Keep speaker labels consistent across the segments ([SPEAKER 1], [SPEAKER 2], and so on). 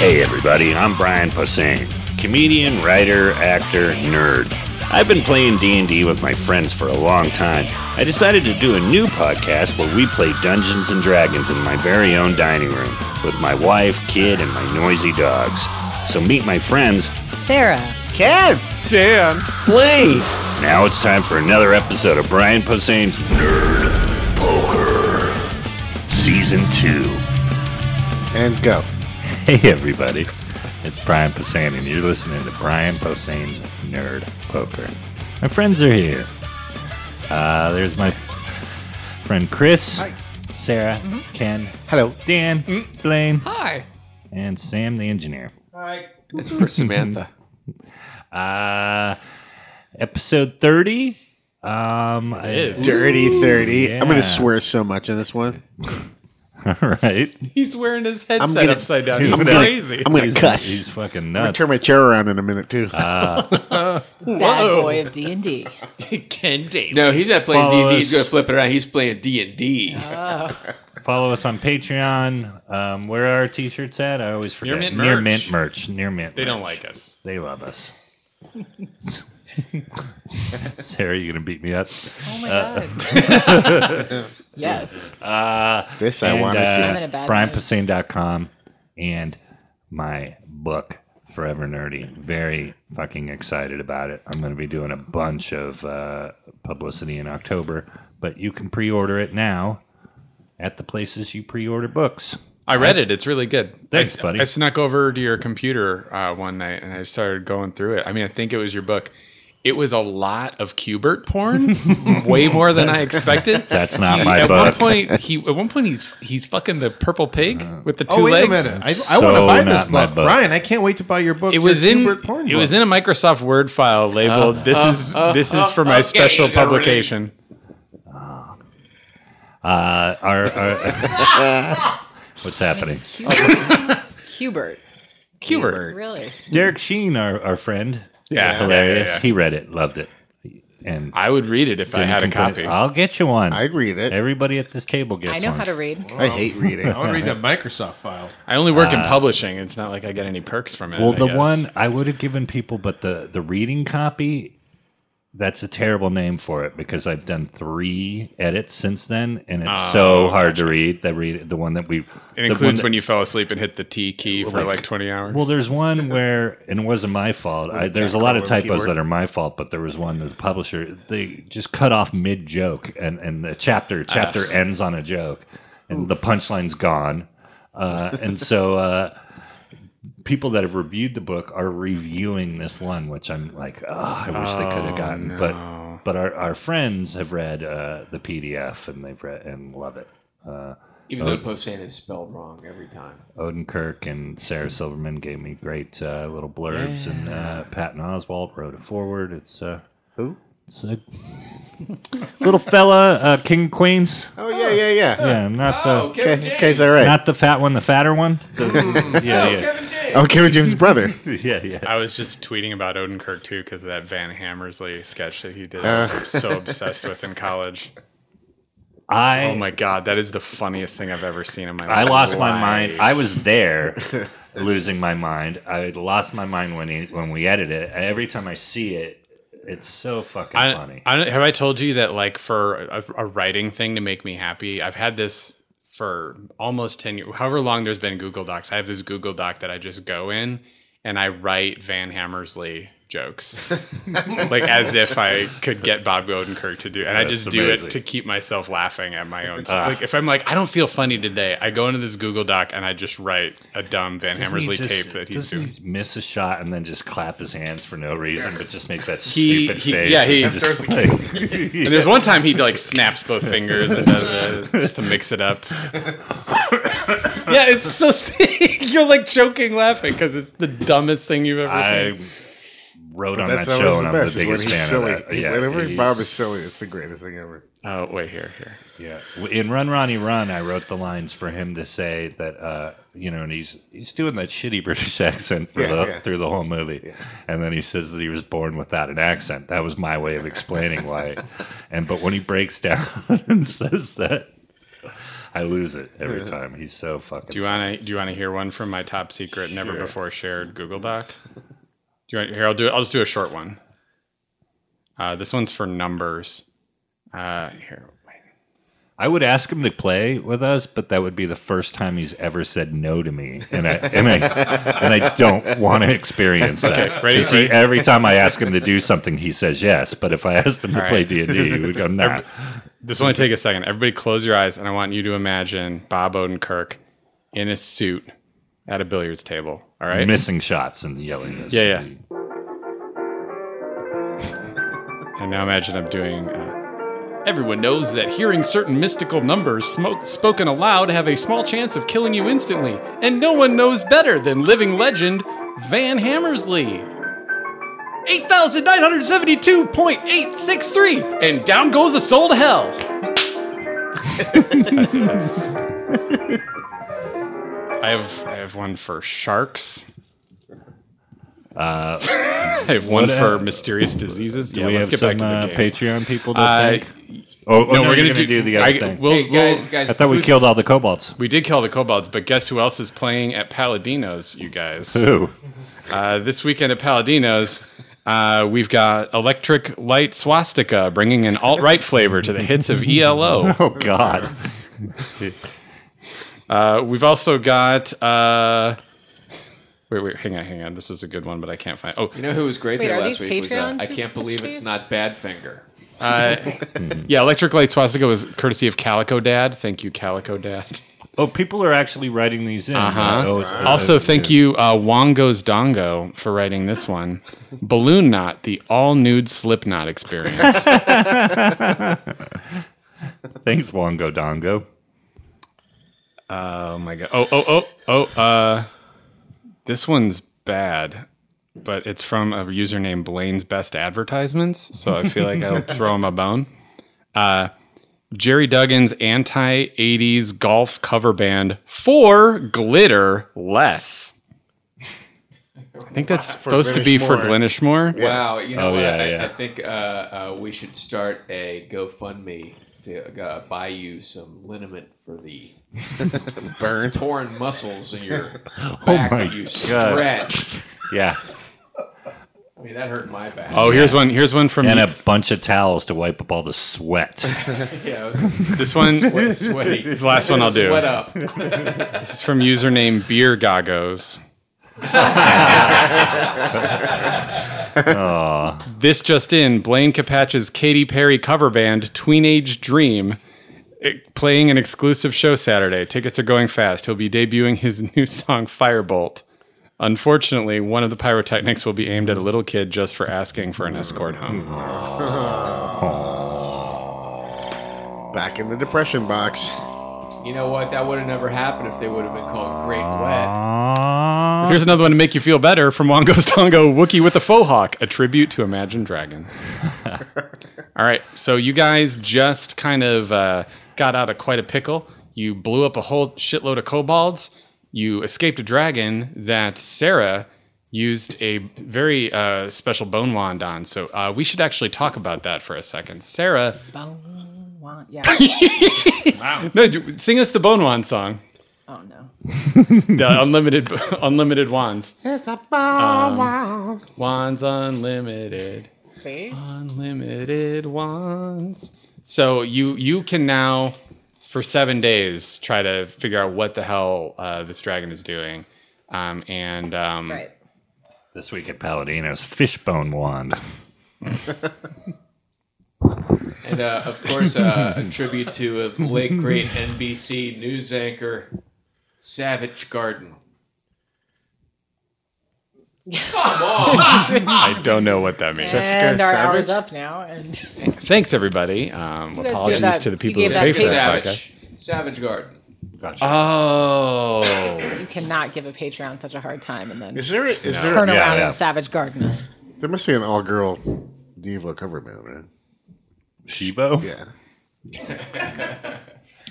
[SPEAKER 1] Hey, everybody, I'm Brian Posehn, comedian, writer, actor, nerd. I've been playing D&D with my friends for a long time. I decided to do a new podcast where we play Dungeons and Dragons in my very own dining room with my wife, kid, and my noisy dogs. So meet my friends.
[SPEAKER 2] Sarah.
[SPEAKER 3] Cat, Dan, Lee.
[SPEAKER 1] Now it's time for another episode of Brian Posehn's Nerd Poker Season 2.
[SPEAKER 3] And go.
[SPEAKER 1] Hey, everybody. It's Brian Posehn, and you're listening to Brian Posehn's Nerd Poker. My friends are here. Uh, there's my friend Chris, Sarah, Ken,
[SPEAKER 3] Hello.
[SPEAKER 1] Dan, Blaine,
[SPEAKER 4] Mm-hmm. Hi.
[SPEAKER 1] and Sam the Engineer.
[SPEAKER 4] It's for Samantha.
[SPEAKER 1] Uh, episode 30. Um, it
[SPEAKER 4] is.
[SPEAKER 3] Dirty 30. I'm going
[SPEAKER 1] yeah.
[SPEAKER 3] to swear so much in this one.
[SPEAKER 1] All right.
[SPEAKER 4] He's wearing his headset
[SPEAKER 3] I'm gonna-
[SPEAKER 4] upside down.
[SPEAKER 1] I'm
[SPEAKER 4] He's
[SPEAKER 1] gonna-
[SPEAKER 4] crazy.
[SPEAKER 3] I'm going
[SPEAKER 1] He's-
[SPEAKER 3] to cuss.
[SPEAKER 1] He's Uh, fucking
[SPEAKER 3] I'm going
[SPEAKER 1] nuts.
[SPEAKER 3] to turn my chair around in a minute, too.
[SPEAKER 2] Bad boy of D and D.
[SPEAKER 4] Ken Dave.
[SPEAKER 5] No, he's not playing
[SPEAKER 1] Follow
[SPEAKER 5] D&D. He's
[SPEAKER 1] us.
[SPEAKER 5] going to flip it around. He's playing D&D.
[SPEAKER 1] Follow us on Patreon. Um, where are our t-shirts at? I always forget.
[SPEAKER 4] Mint
[SPEAKER 1] Near
[SPEAKER 4] merch.
[SPEAKER 1] Mint merch. Near Mint.
[SPEAKER 4] They don't like us.
[SPEAKER 1] They love us. Sarah, you gonna beat me up?
[SPEAKER 2] Oh my god. yes.
[SPEAKER 3] this I want to
[SPEAKER 1] uh,
[SPEAKER 2] I'm
[SPEAKER 3] see.
[SPEAKER 2] in a bad mood.
[SPEAKER 1] BrianPassane.com and my book Forever Nerdy. Very fucking excited about it. I'm gonna be doing a bunch of uh, publicity in October, but you can pre-order it now at the places you pre-order books.
[SPEAKER 4] I read it. It's really good.
[SPEAKER 1] Thanks,
[SPEAKER 4] I,
[SPEAKER 1] buddy.
[SPEAKER 4] I snuck over to your computer uh, one night and I started going through it. I mean, I think it was your book. It was a lot of Cubert porn, way more than I expected.
[SPEAKER 1] That's not
[SPEAKER 4] He-
[SPEAKER 1] my
[SPEAKER 4] at
[SPEAKER 1] book.
[SPEAKER 4] one point, he at one point he's he's fucking the purple pig
[SPEAKER 1] Uh,
[SPEAKER 4] with the two
[SPEAKER 6] Oh
[SPEAKER 4] legs.
[SPEAKER 6] wait a minute! I,
[SPEAKER 1] So
[SPEAKER 6] want to buy this
[SPEAKER 1] not my
[SPEAKER 6] book.
[SPEAKER 1] book.
[SPEAKER 6] Ryan. I can't wait to buy your book.
[SPEAKER 4] It
[SPEAKER 6] your
[SPEAKER 4] was in
[SPEAKER 6] Hubert Porn
[SPEAKER 4] it was
[SPEAKER 6] book.
[SPEAKER 4] in a Microsoft Word file labeled "This is this is for my
[SPEAKER 5] okay,
[SPEAKER 4] special
[SPEAKER 5] you gotta read it.
[SPEAKER 4] publication."
[SPEAKER 1] Uh, our, our, what's happening?
[SPEAKER 2] Hubert.
[SPEAKER 4] Cubert.
[SPEAKER 2] Really?
[SPEAKER 1] Derek Sheen, our, our friend,
[SPEAKER 4] Yeah,
[SPEAKER 1] hilarious.
[SPEAKER 4] yeah, yeah.
[SPEAKER 1] He read it, loved it, and
[SPEAKER 4] I would read it if I
[SPEAKER 1] didn't
[SPEAKER 4] had a
[SPEAKER 1] complain.
[SPEAKER 4] copy.
[SPEAKER 1] I'll get you one.
[SPEAKER 3] I'd read it.
[SPEAKER 1] Everybody at this table gets.
[SPEAKER 2] I know
[SPEAKER 1] one.
[SPEAKER 2] how to read.
[SPEAKER 3] I hate reading.
[SPEAKER 6] I want to read that Microsoft file.
[SPEAKER 4] I only work in publishing. It's not like I get any perks from it.
[SPEAKER 1] uh, Well,
[SPEAKER 4] I
[SPEAKER 1] the
[SPEAKER 4] guess.
[SPEAKER 1] one I would have given people, but the the reading copy. That's a terrible name for it because I've done three edits since then, and it's so hard to read. The read the one that we
[SPEAKER 4] Oh, it includes when you fell asleep and hit the T key for like, 20 hours.
[SPEAKER 1] Well, there's one where, and it wasn't my fault. I, there's a lot of
[SPEAKER 3] over the
[SPEAKER 1] typos
[SPEAKER 3] keyboard.
[SPEAKER 1] that are my fault, but there was one that the publisher they just cut off mid joke, and and the chapter chapter ends on a joke, and the punchline's gone, uh, and so. Uh, People that have reviewed the book are reviewing this one, which I'm like, oh, I wish they could have gotten. But but our, our friends have read uh, the PDF and they've read and love it.
[SPEAKER 5] Even though Posehn is spelled wrong every time.
[SPEAKER 1] Odin Kirk and Sarah Silverman gave me great uh, little blurbs, and uh, Patton Oswalt wrote it forward. It's uh,
[SPEAKER 3] Who?
[SPEAKER 1] it's a little fella, uh, King of Queens.
[SPEAKER 3] Oh, yeah, yeah, yeah.
[SPEAKER 1] Yeah, not the
[SPEAKER 5] Kevin
[SPEAKER 3] Okay, okay, is that right?
[SPEAKER 1] not the fat one, the fatter one. The- yeah,
[SPEAKER 3] Oh, Kevin James' brother.
[SPEAKER 1] yeah, yeah, yeah.
[SPEAKER 4] I was just tweeting about Odenkirk too because of that Van Hammersley sketch that he did. I was so obsessed with in college.
[SPEAKER 1] I
[SPEAKER 4] Oh my god, that is the funniest thing I've ever seen in my life.
[SPEAKER 1] I lost my mind. I was there, losing my mind. I lost my mind when he, when we edit it. Every time I see it, it's so fucking
[SPEAKER 4] I,
[SPEAKER 1] funny.
[SPEAKER 4] I don't- have I told you that like for a, a writing thing to make me happy, I've had this for almost ten years. However long there's been Google Docs, I have this Google Doc that I just go in and I write Van Hammersley jokes, like as if I could get Bob Odenkirk to do, and I just do
[SPEAKER 1] amazing. Ah.
[SPEAKER 4] it to keep myself laughing at my own. like if I'm like I don't feel funny today, I go into this Google Doc and I just write a dumb Van
[SPEAKER 1] Doesn't he
[SPEAKER 4] Hammersley
[SPEAKER 1] just-
[SPEAKER 4] tape that he's
[SPEAKER 1] doesn't
[SPEAKER 4] doing.
[SPEAKER 1] He miss a shot and then just clap his hands for no reason, but just make that
[SPEAKER 4] He-
[SPEAKER 1] stupid
[SPEAKER 4] he-
[SPEAKER 1] face.
[SPEAKER 4] yeah, he-
[SPEAKER 1] and just like-
[SPEAKER 4] And there's one time he like snaps both fingers and does it just to mix it up. yeah, it's so st- you're like joking laughing because it's the dumbest thing you've ever
[SPEAKER 1] I
[SPEAKER 4] seen.
[SPEAKER 1] wrote on that
[SPEAKER 3] That's
[SPEAKER 1] show,
[SPEAKER 3] always
[SPEAKER 1] and
[SPEAKER 3] the
[SPEAKER 1] I'm the
[SPEAKER 3] best.
[SPEAKER 1] biggest
[SPEAKER 3] is when
[SPEAKER 1] fan
[SPEAKER 3] he's silly.
[SPEAKER 1] of that. Yeah,
[SPEAKER 3] Whenever
[SPEAKER 1] he's-
[SPEAKER 3] Bob is silly, it's the greatest thing ever.
[SPEAKER 4] Oh wait, here, here.
[SPEAKER 1] Yeah. In Run Ronnie Run, I wrote the lines for him to say that uh, you know, and he's he's doing that shitty British accent for
[SPEAKER 3] Yeah,
[SPEAKER 1] the,
[SPEAKER 3] yeah.
[SPEAKER 1] through the whole movie, and then he says that he was born without an accent. That was my way of explaining why. And but when he breaks down and says that, I lose it every time. He's so fucking.
[SPEAKER 4] Do you want to do you want to hear one from my top secret, never before shared Google Doc? Do you want here? I'll do. I'll just do a short one. Uh, this one's for numbers. Uh, here, wait.
[SPEAKER 1] I would ask him to play with us, but that would be the first time he's ever said no to me, and I and I, and I don't want to experience that.
[SPEAKER 4] Okay, ready?
[SPEAKER 1] 'Cause he-
[SPEAKER 4] Ready?
[SPEAKER 1] every time I ask him to do something, he says yes. But if I asked him to
[SPEAKER 4] All
[SPEAKER 1] play
[SPEAKER 4] right.
[SPEAKER 1] D and D, he would go nah.
[SPEAKER 4] This will only take a second. Everybody, close your eyes, and I want you to imagine Bob Odenkirk in a suit at a billiards table. All right.
[SPEAKER 1] Missing shots and yelling. This
[SPEAKER 4] Yeah,
[SPEAKER 1] would be-
[SPEAKER 4] And now imagine I'm doing. Uh, Everyone knows that hearing certain mystical numbers smoke, spoken aloud have a small chance of killing you instantly, and no one knows better than living legend Van Hammersley. 8,972.863, and down goes a soul to hell. that's it. That's. I have I have one for sharks. Uh, I have one
[SPEAKER 1] what,
[SPEAKER 4] for
[SPEAKER 1] uh,
[SPEAKER 4] mysterious diseases.
[SPEAKER 1] Do
[SPEAKER 4] yeah,
[SPEAKER 1] we
[SPEAKER 4] let's
[SPEAKER 1] have
[SPEAKER 4] get
[SPEAKER 1] some
[SPEAKER 4] back to the
[SPEAKER 1] uh,
[SPEAKER 4] game.
[SPEAKER 1] Patreon people? To
[SPEAKER 4] Uh,
[SPEAKER 1] thank? Oh, oh, no,
[SPEAKER 4] we're
[SPEAKER 1] we're
[SPEAKER 4] gonna
[SPEAKER 1] going to
[SPEAKER 4] do-
[SPEAKER 1] do, the other
[SPEAKER 4] I-
[SPEAKER 1] thing.
[SPEAKER 4] we'll-
[SPEAKER 5] Hey guys, guys.
[SPEAKER 1] I thought we
[SPEAKER 5] who's-
[SPEAKER 1] killed all the kobolds.
[SPEAKER 4] We did kill the kobolds, but guess who else is playing at Paladino's, you guys?
[SPEAKER 1] Who?
[SPEAKER 4] Uh, this weekend at Paladino's, uh, we've got Electric Light Swastika bringing an alt right flavor to the hits of E ELO.
[SPEAKER 1] Oh God!
[SPEAKER 4] Uh, we've also got. Uh, wait, wait, hang on, hang on. This was a good one, but I can't find Oh,
[SPEAKER 5] You know who was great
[SPEAKER 2] Wait,
[SPEAKER 5] there
[SPEAKER 2] are
[SPEAKER 5] last
[SPEAKER 2] these
[SPEAKER 5] week? Was, uh,
[SPEAKER 2] Patreons
[SPEAKER 5] I
[SPEAKER 2] who
[SPEAKER 5] can't
[SPEAKER 2] pitched
[SPEAKER 5] believe
[SPEAKER 2] these?
[SPEAKER 5] it's not Badfinger.
[SPEAKER 4] yeah, Electric Light Swastika was courtesy of Calico Dad. Thank you, Calico Dad.
[SPEAKER 1] Oh, people are actually writing these in. Uh, oh, uh,
[SPEAKER 4] Uh-huh. Also, thank you, uh, Wongo's Dongo, for writing this one. Balloon Knot, the all nude Slipknot experience.
[SPEAKER 1] Thanks, Wongo Dongo.
[SPEAKER 4] Oh my god. Oh oh oh oh. Uh, this one's bad, but it's from a user named Blaine's Best Advertisements, so I feel like I'll throw him a bone. Uh, Jerry Duggan's anti '80s golf cover band for glitter less. I think that's supposed to be for Glenishmore.
[SPEAKER 5] Wow, you know
[SPEAKER 1] Oh,
[SPEAKER 5] what?
[SPEAKER 1] yeah,
[SPEAKER 5] I,
[SPEAKER 1] yeah.
[SPEAKER 5] I think uh, uh, we should start a GoFundMe to uh, buy you some liniment for the burn torn muscles in your back
[SPEAKER 1] my
[SPEAKER 5] that you
[SPEAKER 1] God.
[SPEAKER 5] stretched.
[SPEAKER 1] Yeah,
[SPEAKER 5] I mean, that hurt my back.
[SPEAKER 4] Oh, here's one. Here's one from
[SPEAKER 1] and a bunch of towels to wipe up all the sweat.
[SPEAKER 5] yeah, it was
[SPEAKER 4] this one. This
[SPEAKER 5] quite sweaty.
[SPEAKER 4] is the last one I'll do.
[SPEAKER 5] Sweat up.
[SPEAKER 4] This is from username Beer Goggos. this just in, Blaine Capatch's Katy Perry cover band Tweenage Dream eh, playing an exclusive show Saturday. Tickets are going fast. He'll be debuting his new song Firebolt. Unfortunately, one of the pyrotechnics will be aimed at a little kid just for asking for an escort home.
[SPEAKER 3] Back in the depression box.
[SPEAKER 5] You know what? That would have never happened if they would have been called Great Wet.
[SPEAKER 4] Here's another one to make you feel better from Wongo's Tongo Wookie with a Faux Hawk, a tribute to Imagine Dragons. All right, so you guys just kind of uh, got out of quite a pickle. You blew up a whole shitload of kobolds. You escaped a dragon that Sarah used a very uh, special bone wand on. So uh, we should actually talk about that for a second. Sarah,
[SPEAKER 2] Bone wand- Yeah.
[SPEAKER 4] no, you- sing us the bone wand song,
[SPEAKER 2] Oh no.
[SPEAKER 4] the unlimited unlimited wands. Um,
[SPEAKER 3] It's a bomb.
[SPEAKER 4] Wands unlimited.
[SPEAKER 2] See?
[SPEAKER 4] unlimited wands. So you you can now, for seven days, try to figure out what the hell uh, this dragon is doing, um, and um,
[SPEAKER 2] Right.
[SPEAKER 1] this week at Paladino's fishbone wand.
[SPEAKER 5] And uh, of course, uh, a tribute to a late great NBC news anchor, Savage Garden.
[SPEAKER 4] I don't know what that means.
[SPEAKER 3] Jessica
[SPEAKER 2] and our hour's
[SPEAKER 3] Savage?
[SPEAKER 2] up now. And
[SPEAKER 4] Thanks everybody. Um,
[SPEAKER 2] guys
[SPEAKER 4] apologies
[SPEAKER 2] did that-
[SPEAKER 4] to the
[SPEAKER 2] you
[SPEAKER 4] people
[SPEAKER 2] gave
[SPEAKER 4] who
[SPEAKER 2] that
[SPEAKER 4] pay for
[SPEAKER 2] to
[SPEAKER 4] this podcast.
[SPEAKER 5] Savage, Savage Garden.
[SPEAKER 1] Gotcha.
[SPEAKER 4] Oh,
[SPEAKER 2] you cannot give a Patreon such a hard time and then
[SPEAKER 3] Is there? a- Is there?
[SPEAKER 2] turn
[SPEAKER 1] Yeah,
[SPEAKER 2] around
[SPEAKER 1] yeah.
[SPEAKER 2] and savage garden us.
[SPEAKER 3] There must be an all-girl diva cover band, right?
[SPEAKER 1] Shivo?
[SPEAKER 3] Yeah.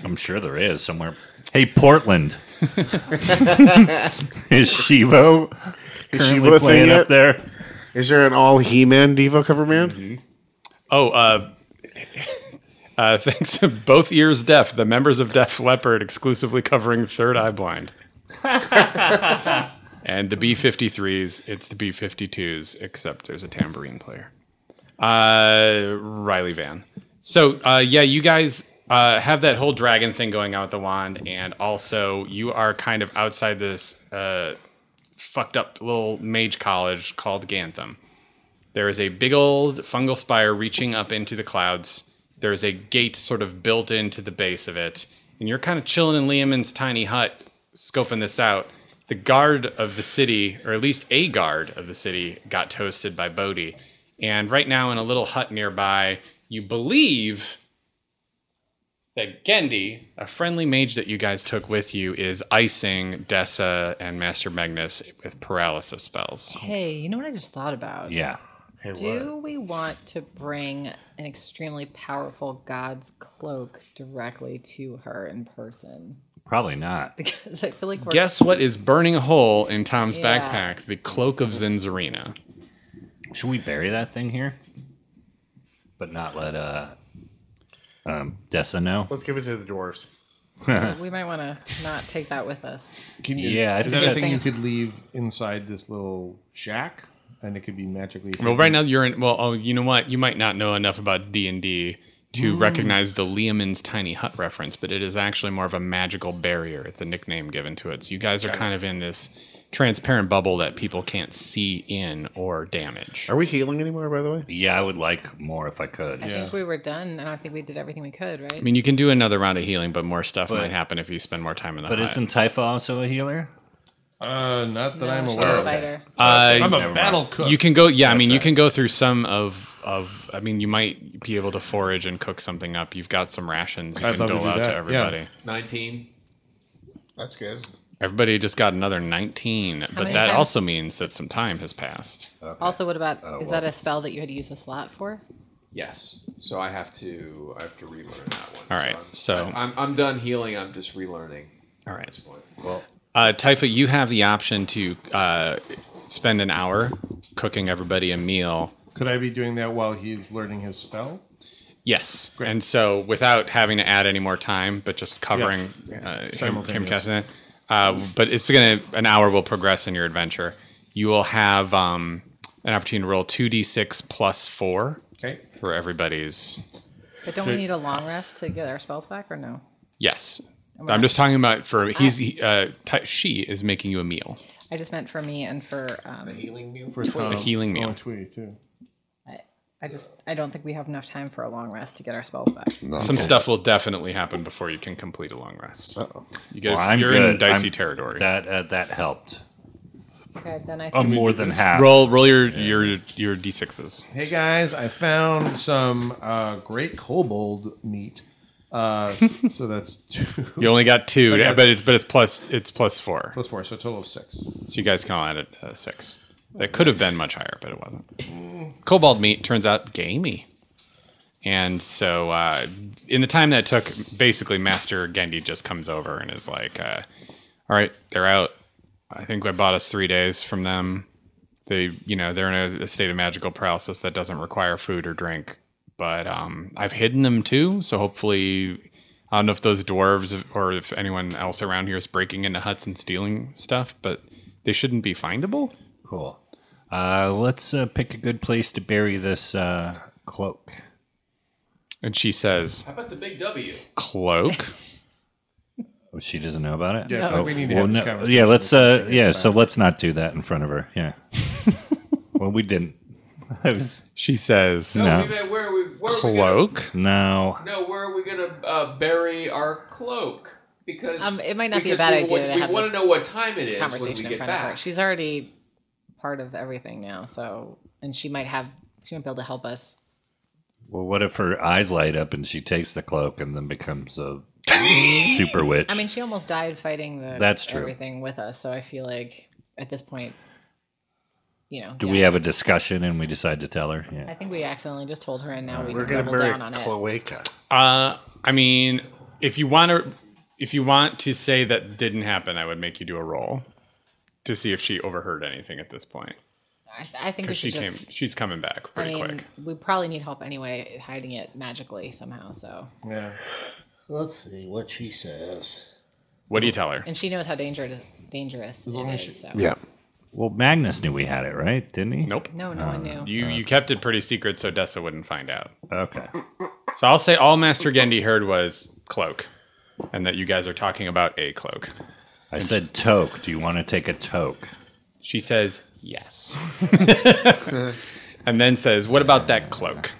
[SPEAKER 1] I'm sure there is somewhere. Hey, Portland. is Shivo
[SPEAKER 3] Is
[SPEAKER 1] currently
[SPEAKER 3] Shiva a thing
[SPEAKER 1] playing up
[SPEAKER 3] yet?
[SPEAKER 1] there?
[SPEAKER 4] Mm-hmm.
[SPEAKER 3] Is there an all He-Man diva cover band?
[SPEAKER 4] oh, uh, Oh, Uh, thanks to both ears deaf, the members of Def Leppard exclusively covering Third Eye Blind. and the B 53s, it's the B 52s, except there's a tambourine player. Uh, Riley Van. So, uh, yeah, you guys uh, have that whole dragon thing going on with the wand, and also you are kind of outside this uh, fucked up little mage college called Gantham. There is a big old fungal spire reaching up into the clouds. There is a gate sort of built into the base of it. And you're kind of chilling in Liamon's tiny hut, scoping this out. The guard of the city, or at least a guard of the city, got toasted by Bodhi. And right now, in a little hut nearby, you believe that Gendy, a friendly mage that you guys took with you, is icing Dessa and Master Magnus with paralysis spells.
[SPEAKER 2] Hey, you know what I just thought about?
[SPEAKER 1] Yeah.
[SPEAKER 2] Do we want to bring an extremely powerful god's cloak directly to her in person?
[SPEAKER 1] Probably not.
[SPEAKER 2] Because I feel like we're
[SPEAKER 4] Guess what is burning a hole in Tom's
[SPEAKER 2] Yeah.
[SPEAKER 4] backpack? The cloak of Zinzarina.
[SPEAKER 1] Should we bury that thing here? But not let uh um Dessa know?
[SPEAKER 7] Let's give it to the dwarves.
[SPEAKER 2] we might want to not take that with us.
[SPEAKER 6] Can you,
[SPEAKER 1] Yeah, I
[SPEAKER 6] is
[SPEAKER 1] think
[SPEAKER 6] that a
[SPEAKER 1] that's-
[SPEAKER 6] thing you could leave inside this little shack, and it could be magically?
[SPEAKER 4] Well, right now you're in. Well, oh, you know what? You might not know enough about D and D to recognize the Liamin's tiny hut reference, but it is actually more of a magical barrier. It's a nickname given to it. So you guys are kind of in this transparent bubble that people can't see in or damage.
[SPEAKER 7] Are we healing anymore, by the way?
[SPEAKER 1] Yeah, I would like more if I could.
[SPEAKER 2] I think we were done, and I think we did everything we could, right?
[SPEAKER 4] I mean, you can do another round of healing, but more stuff might happen if you spend more time in the
[SPEAKER 1] But
[SPEAKER 4] hut.
[SPEAKER 1] isn't Typha also a healer?
[SPEAKER 6] Uh, not that I'm
[SPEAKER 2] She's a
[SPEAKER 6] aware of.
[SPEAKER 2] fighter.
[SPEAKER 4] Uh,
[SPEAKER 6] I'm
[SPEAKER 1] Never
[SPEAKER 6] a
[SPEAKER 1] mind.
[SPEAKER 6] battle cook.
[SPEAKER 4] You can go. Yeah, I mean, you can go through some of of. I mean, you might be able to forage and cook something up. You've got some rations you
[SPEAKER 6] I'd
[SPEAKER 4] can
[SPEAKER 6] love to
[SPEAKER 4] dole
[SPEAKER 6] do
[SPEAKER 4] out
[SPEAKER 6] that,
[SPEAKER 4] to
[SPEAKER 6] yeah.
[SPEAKER 4] everybody.
[SPEAKER 5] Nineteen.
[SPEAKER 3] That's good.
[SPEAKER 4] Everybody just got another nineteen, but
[SPEAKER 2] many
[SPEAKER 4] that
[SPEAKER 2] times?
[SPEAKER 4] also means that some time has passed.
[SPEAKER 2] Also, what about
[SPEAKER 1] Oh,
[SPEAKER 2] is
[SPEAKER 1] well.
[SPEAKER 2] that a spell that you had to use a slot for?
[SPEAKER 5] Yes. So I have to. I have to relearn that one.
[SPEAKER 4] All right,
[SPEAKER 5] So
[SPEAKER 4] so-
[SPEAKER 5] I'm, I'm, I'm done healing. I'm just relearning
[SPEAKER 4] All
[SPEAKER 5] at this
[SPEAKER 4] right,
[SPEAKER 5] point. Well,
[SPEAKER 4] uh, Typha, you have the option to uh, spend an hour cooking everybody a meal.
[SPEAKER 6] Could I be doing that while he's learning his spell?
[SPEAKER 4] Yes, and so without having to add any more time, but just covering uh, him, him
[SPEAKER 6] Simultaneous.
[SPEAKER 4] casting it. Uh, but it's gonna an hour will progress in your adventure. You will have um, an opportunity to roll two d six plus four
[SPEAKER 6] Okay.
[SPEAKER 4] for everybody's
[SPEAKER 2] But don't we need a long rest to get our spells back, or no?
[SPEAKER 4] Yes. I'm just talking about for he's he, uh ty- she is making you a meal,
[SPEAKER 2] I just meant for me and for um,
[SPEAKER 7] Healing meal
[SPEAKER 6] For
[SPEAKER 4] a healing meal.
[SPEAKER 6] Oh, Twee too.
[SPEAKER 2] I, I just I don't think we have enough time for a long rest to get our spells back.
[SPEAKER 4] Some stuff will definitely happen before you can complete a long rest. You get
[SPEAKER 1] Well, I'm
[SPEAKER 4] you're
[SPEAKER 1] good.
[SPEAKER 4] in dicey
[SPEAKER 1] I'm-
[SPEAKER 4] territory.
[SPEAKER 1] That uh, that helped.
[SPEAKER 2] Okay, then I
[SPEAKER 1] Uh,
[SPEAKER 2] think
[SPEAKER 1] more than half.
[SPEAKER 4] roll roll your your your d6s.
[SPEAKER 6] Hey guys, I found some uh, great kobold meat. Uh, s- so that's two
[SPEAKER 4] You only got two,
[SPEAKER 6] got-
[SPEAKER 4] but it's but it's plus it's plus four.
[SPEAKER 6] plus four, so a total of six.
[SPEAKER 4] So you guys can all add it uh, six. That could have been much higher, but it wasn't. Cobalt meat turns out gamey. And so, uh, in the time that it took, basically, Master Gendy just comes over and is like, uh, "All right, they're out. I think I bought us three days from them. They, you know, they're in a, a state of magical paralysis that doesn't require food or drink. But um, I've hidden them too, so hopefully, I don't know if those dwarves have- or if anyone else around here is breaking into huts and stealing stuff, but they shouldn't be findable.
[SPEAKER 1] Cool. Uh, let's uh, pick a good place to bury this uh, cloak.
[SPEAKER 4] And she says,
[SPEAKER 5] how about the big W?
[SPEAKER 4] "Cloak."
[SPEAKER 1] Oh, she doesn't know about it.
[SPEAKER 6] Yeah, I think we need to
[SPEAKER 1] Well,
[SPEAKER 6] have this
[SPEAKER 1] no-
[SPEAKER 6] conversation.
[SPEAKER 1] yeah. Let's.
[SPEAKER 6] before she
[SPEAKER 1] Uh,
[SPEAKER 6] gets
[SPEAKER 1] yeah.
[SPEAKER 6] back.
[SPEAKER 1] So let's not do that in front of her. Yeah. well, we didn't. I was,
[SPEAKER 4] She says,
[SPEAKER 5] No,
[SPEAKER 1] No.
[SPEAKER 5] we may, where are we? Where are we gonna,
[SPEAKER 4] "Cloak."
[SPEAKER 1] no.
[SPEAKER 5] no, where are we gonna uh, bury our cloak? Because
[SPEAKER 2] Um, it might not be a
[SPEAKER 5] because
[SPEAKER 2] bad
[SPEAKER 5] we,
[SPEAKER 2] idea
[SPEAKER 5] want-
[SPEAKER 2] to
[SPEAKER 5] We
[SPEAKER 2] have
[SPEAKER 5] want
[SPEAKER 2] this
[SPEAKER 5] to know what time it is when we
[SPEAKER 2] conversation in
[SPEAKER 5] get
[SPEAKER 2] front of her.
[SPEAKER 5] back.
[SPEAKER 2] She's already part of everything now, so and she might have she might be able to help us.
[SPEAKER 1] Well, what if her eyes light up and she takes the cloak and then becomes a super witch?
[SPEAKER 2] I mean, she almost died fighting the
[SPEAKER 1] That's true.
[SPEAKER 2] everything with us, so I feel like at this point, you know,
[SPEAKER 1] do
[SPEAKER 2] yeah.
[SPEAKER 1] we have a discussion and we decide to tell her? Yeah.
[SPEAKER 2] I think we accidentally just told her, and now we
[SPEAKER 7] We're
[SPEAKER 2] just
[SPEAKER 7] going to
[SPEAKER 2] double
[SPEAKER 7] bury
[SPEAKER 2] down
[SPEAKER 7] a
[SPEAKER 2] on it.
[SPEAKER 7] cloaca.
[SPEAKER 4] Uh, I mean, if you want to, if you want to say that didn't happen, I would make you do a roll to see if she overheard anything at this point.
[SPEAKER 2] I, I think we
[SPEAKER 4] Because she
[SPEAKER 2] should
[SPEAKER 4] came,
[SPEAKER 2] just.
[SPEAKER 4] she's coming back
[SPEAKER 2] I
[SPEAKER 4] pretty
[SPEAKER 2] mean,
[SPEAKER 4] quick.
[SPEAKER 2] we probably need help anyway, hiding it magically somehow. So,
[SPEAKER 6] Yeah.
[SPEAKER 8] Let's see what she says.
[SPEAKER 4] What do you tell her?
[SPEAKER 2] and she knows how dangerous dangerous it
[SPEAKER 6] long
[SPEAKER 2] is.
[SPEAKER 6] as she-
[SPEAKER 2] so.
[SPEAKER 3] Yeah.
[SPEAKER 1] Well, Magnus knew we had it, right? Didn't he?
[SPEAKER 4] Nope.
[SPEAKER 2] No, no one knew.
[SPEAKER 4] You you kept it pretty secret so Dessa wouldn't find out.
[SPEAKER 1] Okay.
[SPEAKER 4] So I'll say all Master Gendy heard was cloak, and that you guys are talking about a cloak.
[SPEAKER 1] I said toke. Do you want to take a toke?
[SPEAKER 4] She says yes, and then says, "What about that cloak?"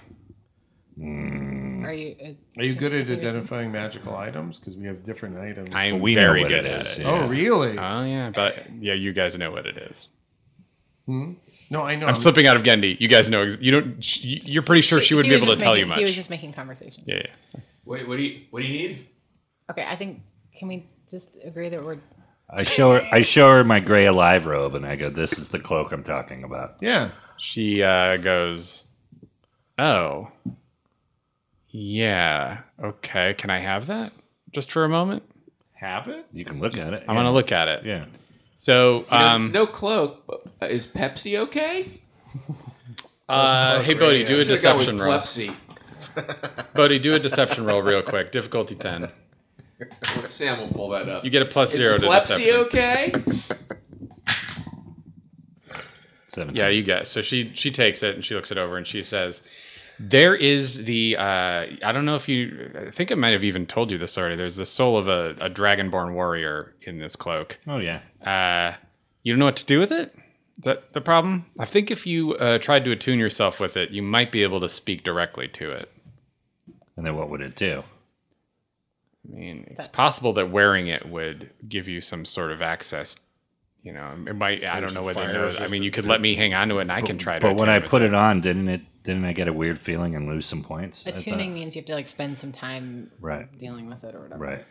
[SPEAKER 2] Are you? Uh,
[SPEAKER 6] Are you good at identifying magical items? Because we have different items.
[SPEAKER 4] I am
[SPEAKER 1] We know
[SPEAKER 4] very
[SPEAKER 1] what
[SPEAKER 4] good
[SPEAKER 1] it
[SPEAKER 4] at
[SPEAKER 1] is,
[SPEAKER 4] it.
[SPEAKER 1] yeah.
[SPEAKER 6] Oh, really?
[SPEAKER 4] Oh yeah, but yeah, you guys know what it is.
[SPEAKER 6] no, I know.
[SPEAKER 2] Um,
[SPEAKER 4] I'm slipping out of Gendy. You guys know. Ex- you don't. sh- you- You're pretty sure she would
[SPEAKER 2] he
[SPEAKER 4] be
[SPEAKER 2] was
[SPEAKER 4] able to
[SPEAKER 2] just
[SPEAKER 4] tell you
[SPEAKER 2] making-
[SPEAKER 4] much.
[SPEAKER 2] He was just making conversation.
[SPEAKER 4] yeah, yeah.
[SPEAKER 5] Wait, what do you what do you need?
[SPEAKER 2] Okay, I think can we just agree that we're
[SPEAKER 1] I show her. I show her my gray alive robe, and I go, "This is the cloak I'm talking about."
[SPEAKER 6] yeah.
[SPEAKER 4] She uh, goes, "Oh, yeah, okay. Can I have that just for a moment?
[SPEAKER 6] Have it?
[SPEAKER 1] You can look at it.
[SPEAKER 4] I want to look at it."
[SPEAKER 1] Yeah.
[SPEAKER 4] So, um,
[SPEAKER 5] no, no cloak. but- uh, Is Pepsi okay?
[SPEAKER 4] uh, hey, Bodhi, do a
[SPEAKER 5] Should've gone with
[SPEAKER 4] deception roll.
[SPEAKER 5] Pepsi.
[SPEAKER 4] Bodhi, do a deception roll real quick. Difficulty ten.
[SPEAKER 5] Well, Sam will pull that up.
[SPEAKER 4] You get a plus zero
[SPEAKER 5] Is
[SPEAKER 4] to
[SPEAKER 5] Pepsi
[SPEAKER 4] deception.
[SPEAKER 5] okay?
[SPEAKER 1] Seventeen.
[SPEAKER 4] Yeah, you guys. So she she takes it and she looks it over and she says, "There is the uh, I don't know if you I think I might have even told you this already. There's the soul of a, a dragonborn warrior in this cloak.
[SPEAKER 1] Oh yeah.
[SPEAKER 4] Uh, you don't know what to do with it. Is that the problem? I think if you uh, tried to attune yourself with it, you might be able to speak directly to it.
[SPEAKER 1] And then what would it do?
[SPEAKER 4] I mean, it's possible that wearing it would give you some sort of access. You know, it might. I don't know whether it knows. I mean, you could let me hang on to it, and I can try to.
[SPEAKER 1] But when
[SPEAKER 4] attune
[SPEAKER 1] I
[SPEAKER 4] with
[SPEAKER 1] put it on, didn't it? Didn't I get a weird feeling and lose some points? at that?
[SPEAKER 2] attuning means you have to like spend some time
[SPEAKER 1] Right.
[SPEAKER 2] dealing with it or whatever.
[SPEAKER 1] Right.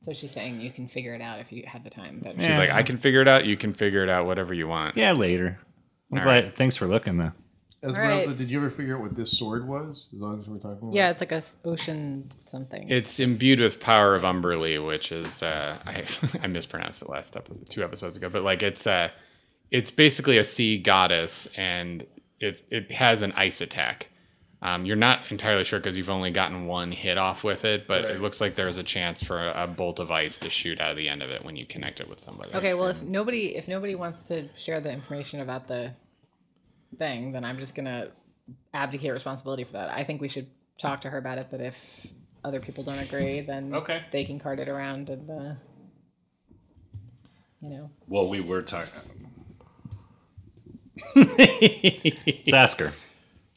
[SPEAKER 2] So she's saying you can figure it out if you had the time. But
[SPEAKER 4] She's like, I can figure it out. You can figure it out. Whatever you want.
[SPEAKER 1] Yeah, later. I'm
[SPEAKER 4] All
[SPEAKER 1] glad.
[SPEAKER 4] right.
[SPEAKER 1] Thanks for looking, though.
[SPEAKER 6] Esmeralda,
[SPEAKER 2] Right.
[SPEAKER 6] did you ever figure out what this sword was? As long as we're talking about
[SPEAKER 2] yeah, it's like a s- ocean something.
[SPEAKER 4] It's imbued with power of Umberly, which is uh, I I mispronounced it last episode, two episodes ago, but like it's uh it's basically a sea goddess, and it it has an ice attack. Um, you're not entirely sure because you've only gotten one hit off with it, but it looks like there's a chance for a, a bolt of ice to shoot out of the end of it when you connect it with somebody.
[SPEAKER 2] okay, well if nobody if nobody wants to share the information about the thing, then I'm just gonna abdicate responsibility for that. I think we should talk to her about it. But if other people don't agree, then
[SPEAKER 4] Okay.
[SPEAKER 2] they can cart it around and uh, you know
[SPEAKER 1] Well, we were talking. it's Asker.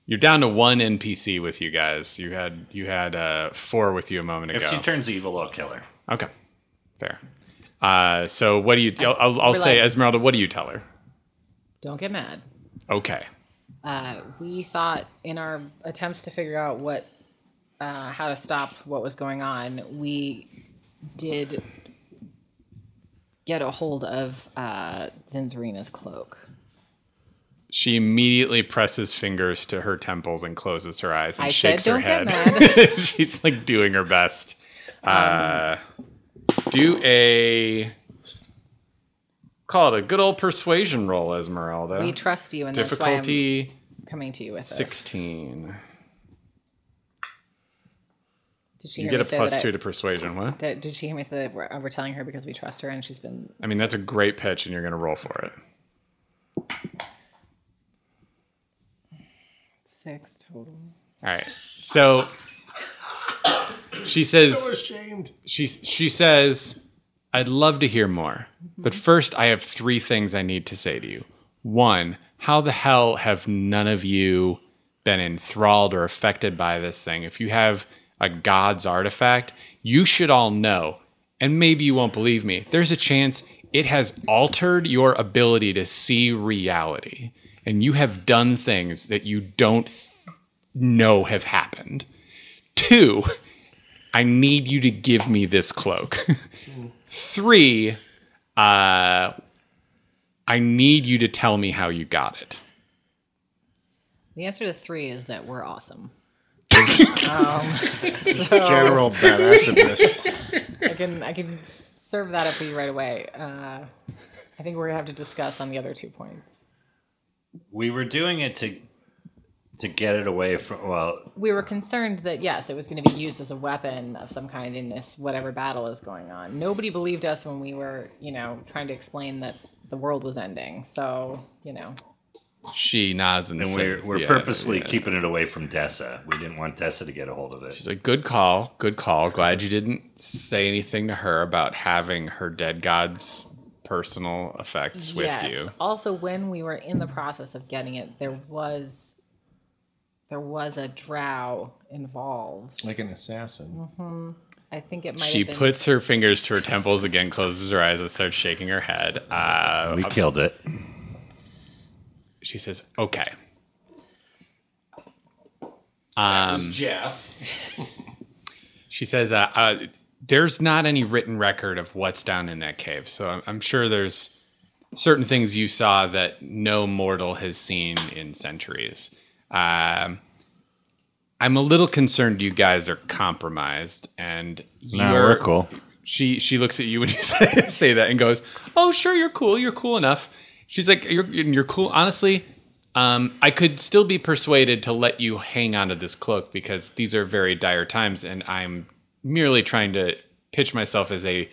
[SPEAKER 4] you're down to one NPC with you guys. You had you had uh, four with you a moment ago.
[SPEAKER 1] If she turns evil, I'll kill her.
[SPEAKER 4] Okay, fair. Uh, so what do you? I'll, I'll, I'll say,
[SPEAKER 2] Relent.
[SPEAKER 4] Esmeralda, what do you tell her?
[SPEAKER 2] don't get mad.
[SPEAKER 4] Okay,
[SPEAKER 2] uh, we thought in our attempts to figure out what uh, how to stop what was going on we did get a hold of uh, zinzarina's cloak
[SPEAKER 4] she immediately presses fingers to her temples and closes her eyes and
[SPEAKER 2] i said
[SPEAKER 4] shakes
[SPEAKER 2] don't
[SPEAKER 4] her head.
[SPEAKER 2] get mad Um,
[SPEAKER 4] She's like doing her best. Uh, do a call it a good old persuasion roll, Esmeralda.
[SPEAKER 2] we trust you and that's why
[SPEAKER 4] Difficulty
[SPEAKER 2] i'm coming to you with this
[SPEAKER 4] sixteen.
[SPEAKER 2] did she
[SPEAKER 4] You
[SPEAKER 2] hear
[SPEAKER 4] get
[SPEAKER 2] me
[SPEAKER 4] a
[SPEAKER 2] say
[SPEAKER 4] plus
[SPEAKER 2] that I-
[SPEAKER 4] two to persuasion. What?
[SPEAKER 2] that- did she hear me say that we're, uh, we're telling her because we trust her and she's been
[SPEAKER 4] I mean, that's a great pitch, and you're going to roll for it.
[SPEAKER 2] six total
[SPEAKER 4] All right. So she says.
[SPEAKER 6] So ashamed.
[SPEAKER 4] she she says, "I'd love to hear more, but
[SPEAKER 6] Mm-hmm.
[SPEAKER 4] first I have three things I need to say to you. One, how the hell have none of you been enthralled or affected by this thing? If you have a god's artifact, you should all know, and maybe you won't believe me. There's a chance it has altered your ability to see reality, and you have done things that you don't th- know have happened. Two, I need you to give me this cloak. Three, uh, I need you to tell me how you got it.
[SPEAKER 2] the answer to three is that we're awesome
[SPEAKER 3] General badassiness.
[SPEAKER 2] I can I can serve that up for you right away. Uh, I think we're gonna have to discuss on the other two points.
[SPEAKER 1] We were doing it to to get it away from. Well,
[SPEAKER 2] we were concerned that yes, it was going to be used as a weapon of some kind in this whatever battle is going on. Nobody believed us when we were, you know, trying to explain that the world was ending. So, you know,
[SPEAKER 4] She nods and,
[SPEAKER 1] and we're
[SPEAKER 4] says,
[SPEAKER 1] we're
[SPEAKER 4] yeah,
[SPEAKER 1] purposely
[SPEAKER 4] yeah.
[SPEAKER 1] keeping it away from Dessa. We didn't want Dessa to get a hold of it.
[SPEAKER 4] She's like, good call, good call. Glad you didn't say anything to her about having her dead god's personal effects with you.
[SPEAKER 2] Also, when we were in the process of getting it, there was there was a drow involved.
[SPEAKER 6] like an
[SPEAKER 2] Mm-hmm.
[SPEAKER 6] assassin.
[SPEAKER 2] I think it might
[SPEAKER 4] She
[SPEAKER 2] have been
[SPEAKER 4] puts her fingers to her temples again, closes her eyes, and starts shaking her head. Uh,
[SPEAKER 1] we killed it.
[SPEAKER 4] she says, okay.
[SPEAKER 5] Jeff.
[SPEAKER 4] She says, uh, uh, there's not any written record of what's down in that cave. So I'm, I'm sure there's certain things you saw that no mortal has seen in centuries. Um, I'm a little concerned you guys are compromised and you're
[SPEAKER 1] No, we're cool.
[SPEAKER 4] she she looks at you when you say, say that and goes, "Oh, sure, you're cool. You're cool enough." She's like, "You're you're cool. Honestly, um, I could still be persuaded to let you hang onto this cloak because these are very dire times, and I'm merely trying to pitch myself as a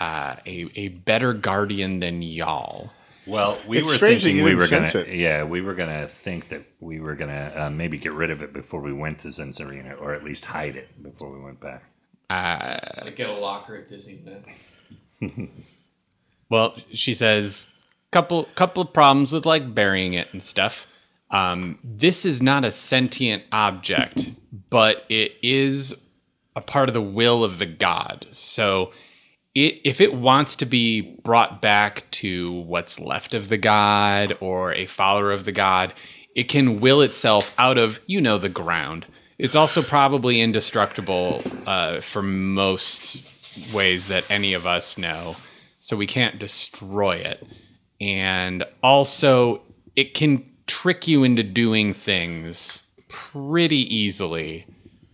[SPEAKER 4] uh, a a better guardian than y'all."
[SPEAKER 1] Well, we
[SPEAKER 7] It's
[SPEAKER 1] were
[SPEAKER 7] strange that
[SPEAKER 1] thinking
[SPEAKER 7] you
[SPEAKER 1] we
[SPEAKER 7] didn't
[SPEAKER 1] were gonna,
[SPEAKER 7] sense it.
[SPEAKER 1] yeah, we were gonna think that we were gonna uh, maybe get rid of it before we went to Zenserina, or at least hide it before we went back.
[SPEAKER 5] I get a locker at Disneyland.
[SPEAKER 4] Well, she says, couple couple of problems with like burying it and stuff. Um, this is not a sentient object, but it is a part of the will of the god. So, it if it wants to be brought back to what's left of the god or a follower of the god, it can will itself out of you know the ground. It's also probably indestructible uh, for most ways that any of us know, so we can't destroy it. And also, it can trick you into doing things pretty easily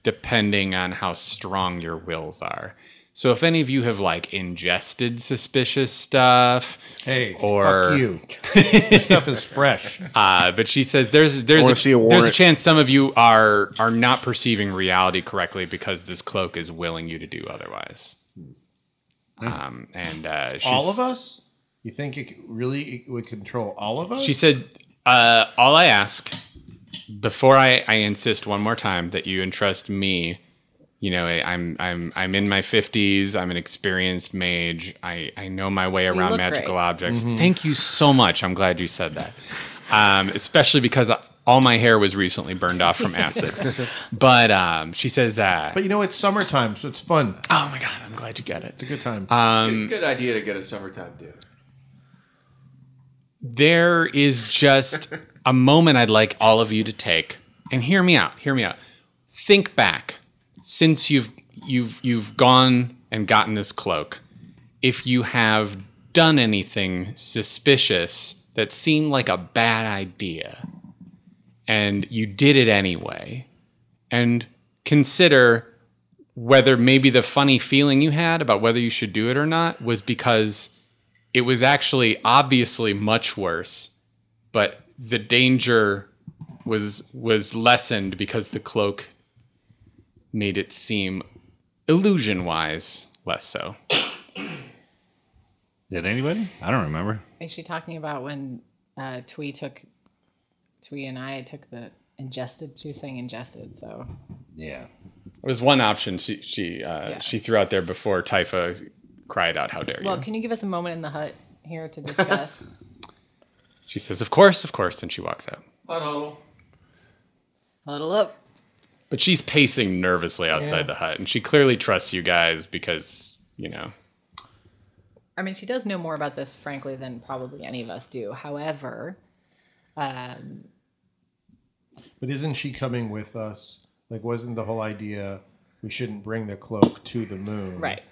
[SPEAKER 4] depending on how strong your wills are. So if any of you have like ingested suspicious stuff,
[SPEAKER 6] Hey,
[SPEAKER 4] Or-
[SPEAKER 6] fuck you. this stuff is fresh.
[SPEAKER 4] uh, but she says there's there's
[SPEAKER 7] wanna
[SPEAKER 4] a,
[SPEAKER 7] see a
[SPEAKER 4] there's a
[SPEAKER 7] warrant.
[SPEAKER 4] chance some of you are are not perceiving reality correctly because this cloak is willing you to do otherwise. Um, and uh, she's,
[SPEAKER 6] Hmm. all of us? You think it c- really it would control all of us?
[SPEAKER 4] She said, uh, All I ask, before I, I insist one more time that you entrust me, you know, I, I'm, I'm, I'm in my 50s, I'm an experienced mage, I, I know my way around
[SPEAKER 2] look
[SPEAKER 4] magical
[SPEAKER 2] great.
[SPEAKER 4] objects. Thank you so much. I'm glad you said that. Um, especially because all my hair was recently burned off from acid. but um, she says, uh,
[SPEAKER 6] but you know, it's summertime, so it's fun. It's
[SPEAKER 4] Oh my God, I'm glad you get it.
[SPEAKER 6] a good time.
[SPEAKER 4] Um,
[SPEAKER 5] good, good idea to get a summertime do.
[SPEAKER 4] there is just a moment I'd like all of you to take and hear me out. Hear me out. Think back since you've you've you've gone and gotten this cloak. If you have done anything suspicious that seemed like a bad idea and you did it anyway and consider whether maybe the funny feeling you had about whether you should do it or not was because it was actually obviously much worse, but the danger was was lessened because the cloak made it seem illusion wise less so.
[SPEAKER 1] Did anybody? I don't remember.
[SPEAKER 2] Is she talking about when uh, Twee took Twee and I took the ingested? She was saying ingested, so
[SPEAKER 1] Yeah,
[SPEAKER 4] It was one option she she uh,
[SPEAKER 2] Yeah.
[SPEAKER 4] she threw out there before Typha cried out, How dare you?
[SPEAKER 2] well, can you give us a moment in the hut here to discuss?
[SPEAKER 4] she says, Of course, of course, and she walks out.
[SPEAKER 5] Huddle.
[SPEAKER 2] Huddle up.
[SPEAKER 4] But she's pacing nervously outside the hut, and she clearly trusts you guys because, you know,
[SPEAKER 2] I mean, she does know more about this, frankly, than probably any of us do. However, um,
[SPEAKER 6] but isn't she coming with us? Like, wasn't the whole idea we shouldn't bring the cloak to the moon?
[SPEAKER 2] right.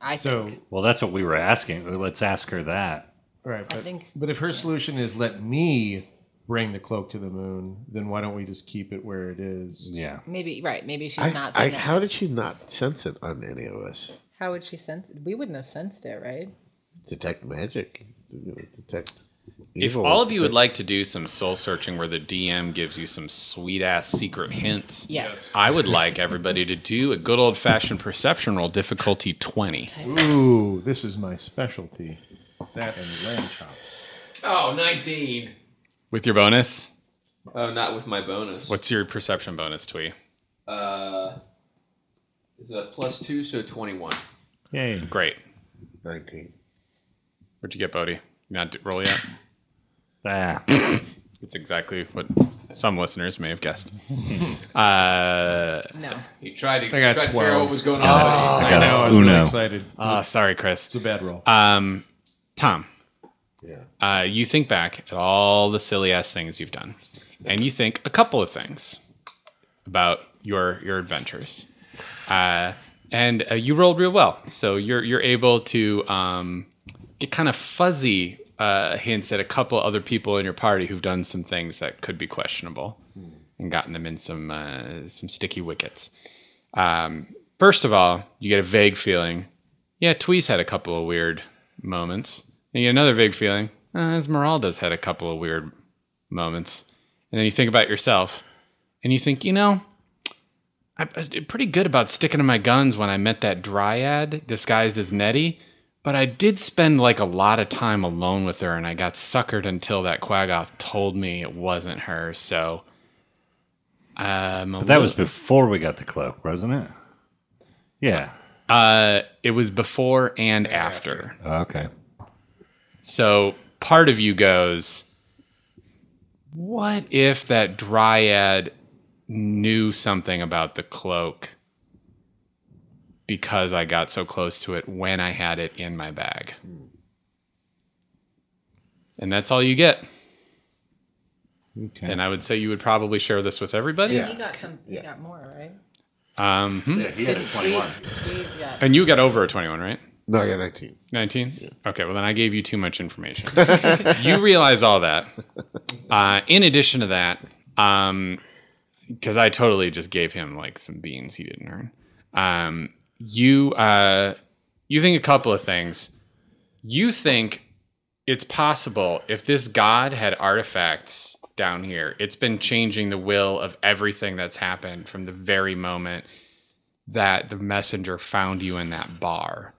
[SPEAKER 2] I
[SPEAKER 6] So,
[SPEAKER 1] Well, that's what we were asking. Let's ask her that.
[SPEAKER 6] right. But,
[SPEAKER 2] think-
[SPEAKER 6] but if her solution is let me bring the cloak to the moon, then why don't we just keep it where it is?
[SPEAKER 1] Yeah.
[SPEAKER 2] Maybe right. Maybe she's
[SPEAKER 7] I,
[SPEAKER 2] not.
[SPEAKER 7] I,
[SPEAKER 2] Saying that.
[SPEAKER 7] how did she not sense it on any of us?
[SPEAKER 2] How would she sense? We wouldn't have sensed it, right?
[SPEAKER 7] Detect magic. Detect.
[SPEAKER 4] If all of you would like to do some soul searching where the DM gives you some sweet ass secret hints,
[SPEAKER 2] Yes.
[SPEAKER 4] I would like everybody to do a good old fashioned perception roll, difficulty 20.
[SPEAKER 6] Ooh, this is my specialty. That and lamb chops.
[SPEAKER 5] Oh, 19.
[SPEAKER 4] With your bonus,
[SPEAKER 5] Oh, not with my bonus.
[SPEAKER 4] what's your perception bonus, Twee?
[SPEAKER 5] Uh, it's a plus two, so 21.
[SPEAKER 1] Yay.
[SPEAKER 4] Great.
[SPEAKER 7] 19.
[SPEAKER 4] What'd you get, Bodhi? You not do- roll yet?
[SPEAKER 1] Ah.
[SPEAKER 4] It's exactly what some listeners may have guessed.
[SPEAKER 2] No.
[SPEAKER 5] He tried to, tried to
[SPEAKER 6] got
[SPEAKER 5] figure out
[SPEAKER 6] 12.
[SPEAKER 5] what was going on.
[SPEAKER 1] I got
[SPEAKER 6] I know, I was
[SPEAKER 1] Uno.
[SPEAKER 6] really excited.
[SPEAKER 4] Ah, sorry, Chris.
[SPEAKER 6] It's a bad roll.
[SPEAKER 4] Um, Tom,
[SPEAKER 7] Yeah.
[SPEAKER 4] uh, you think back at all the silly ass things you've done, and you think a couple of things about your your adventures, uh, and uh, you rolled real well, so you're you're able to um, get kind of fuzzy uh, hints at a couple other people in your party who've done some things that could be questionable, and gotten them in some uh, some sticky wickets. Um, first of all, you get a vague feeling yeah, Tweez had a couple of weird moments. And you get another vague feeling, uh, Esmeralda's had a couple of weird moments. And then you think about yourself and you think, you know, I, I did pretty good about sticking to my guns when I met that dryad disguised as Nettie, but I did spend like a lot of time alone with her and I got suckered until that Quagoth told me it wasn't her. So. Um,
[SPEAKER 1] But that was before we got the cloak, wasn't it? Yeah.
[SPEAKER 4] uh, it was before and after.
[SPEAKER 1] Okay.
[SPEAKER 4] So part of you goes, What if that dryad knew something about the cloak because I got so close to it when I had it in my bag? And that's all you get.
[SPEAKER 1] Okay.
[SPEAKER 4] And I would say you would probably share this with everybody.
[SPEAKER 2] He got some. He got more, right?
[SPEAKER 4] Um, hmm.
[SPEAKER 1] he had a 21.
[SPEAKER 2] He got
[SPEAKER 4] And you got over a 21, right?
[SPEAKER 7] No, I got 19.
[SPEAKER 4] 19? Okay, well, then I gave you too much information. you realize all that. Uh, in addition to that, because I totally just gave him like some beans he didn't earn, um, you, uh, you think a couple of things. You think it's possible if this god had artifacts down here, it's been changing the will of everything that's happened from the very moment that the messenger found you in that bar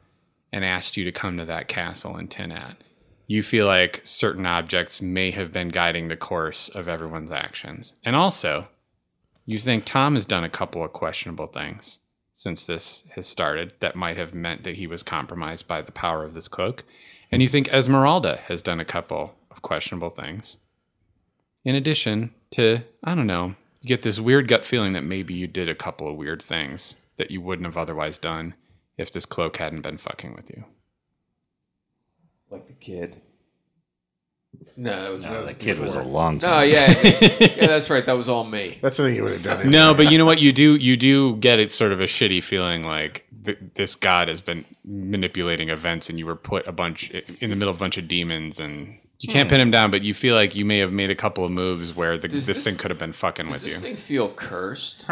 [SPEAKER 4] and asked you to come to that castle in Tenat. You feel like certain objects may have been guiding the course of everyone's actions. And also, you think Tom has done a couple of questionable things since this has started that might have meant that he was compromised by the power of this cloak. And you think Esmeralda has done a couple of questionable things. In addition to, I don't know, you get this weird gut feeling that maybe you did a couple of weird things that you wouldn't have otherwise done if this cloak hadn't been fucking with you.
[SPEAKER 5] Like the kid. No, that was
[SPEAKER 1] No, Uh, the kid was a long time.
[SPEAKER 5] No, yeah, yeah, that's right. That was all me.
[SPEAKER 7] That's the thing you would have done.
[SPEAKER 4] No, but you know what? You do you do get it sort of a shitty feeling like th- this god has been manipulating events, and you were put a bunch in the middle of a bunch of demons, and you can't pin him down. But you feel like you may have made a couple of moves where the, this,
[SPEAKER 5] Does this-
[SPEAKER 4] thing could have been fucking
[SPEAKER 5] Does
[SPEAKER 4] with
[SPEAKER 5] this
[SPEAKER 4] you.
[SPEAKER 5] thing feel cursed?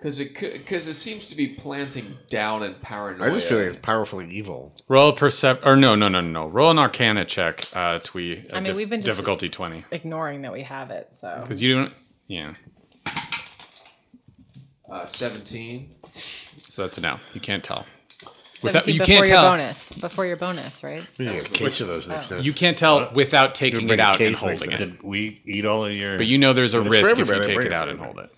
[SPEAKER 5] Because it because it seems to be planting down and paranoia.
[SPEAKER 7] I just feel like it's powerfully evil.
[SPEAKER 4] Roll percept or no no no no no. Roll an Arcana check. Uh, twee.
[SPEAKER 2] I mean, we've been just-
[SPEAKER 4] difficulty twenty
[SPEAKER 2] ignoring that we have it. So
[SPEAKER 4] because you don't. Yeah.
[SPEAKER 5] uh, seventeen.
[SPEAKER 4] So that's a no. You can't tell.
[SPEAKER 2] 17
[SPEAKER 4] you
[SPEAKER 2] before
[SPEAKER 4] can't
[SPEAKER 2] your
[SPEAKER 4] tell.
[SPEAKER 2] bonus. Before your bonus, right?
[SPEAKER 7] We need a case of those
[SPEAKER 2] Oh.
[SPEAKER 7] next time.
[SPEAKER 4] You can't tell without taking it
[SPEAKER 7] bringing
[SPEAKER 4] out and
[SPEAKER 7] case next
[SPEAKER 4] holding it.
[SPEAKER 7] time.
[SPEAKER 1] Did we eat all of your?
[SPEAKER 4] But you know there's a
[SPEAKER 7] it's for
[SPEAKER 4] risk if you
[SPEAKER 7] everybody,
[SPEAKER 4] take
[SPEAKER 7] bring
[SPEAKER 4] it
[SPEAKER 7] it
[SPEAKER 4] out
[SPEAKER 7] for
[SPEAKER 4] and hold it.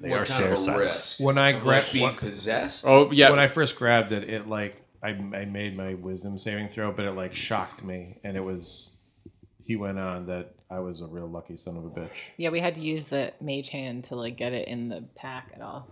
[SPEAKER 1] they
[SPEAKER 5] What
[SPEAKER 1] are
[SPEAKER 5] kind
[SPEAKER 1] share
[SPEAKER 5] of a
[SPEAKER 1] size.
[SPEAKER 5] risk?
[SPEAKER 6] When I
[SPEAKER 5] Of,
[SPEAKER 6] grab-
[SPEAKER 5] like being
[SPEAKER 6] what-
[SPEAKER 5] possessed.
[SPEAKER 4] Oh yeah.
[SPEAKER 6] When I first grabbed it, it like I, I made my wisdom saving throw, but it like shocked me, and it was he went on that I was a real lucky son of a bitch.
[SPEAKER 2] Yeah, we had to use the mage hand to like get it in the pack at all.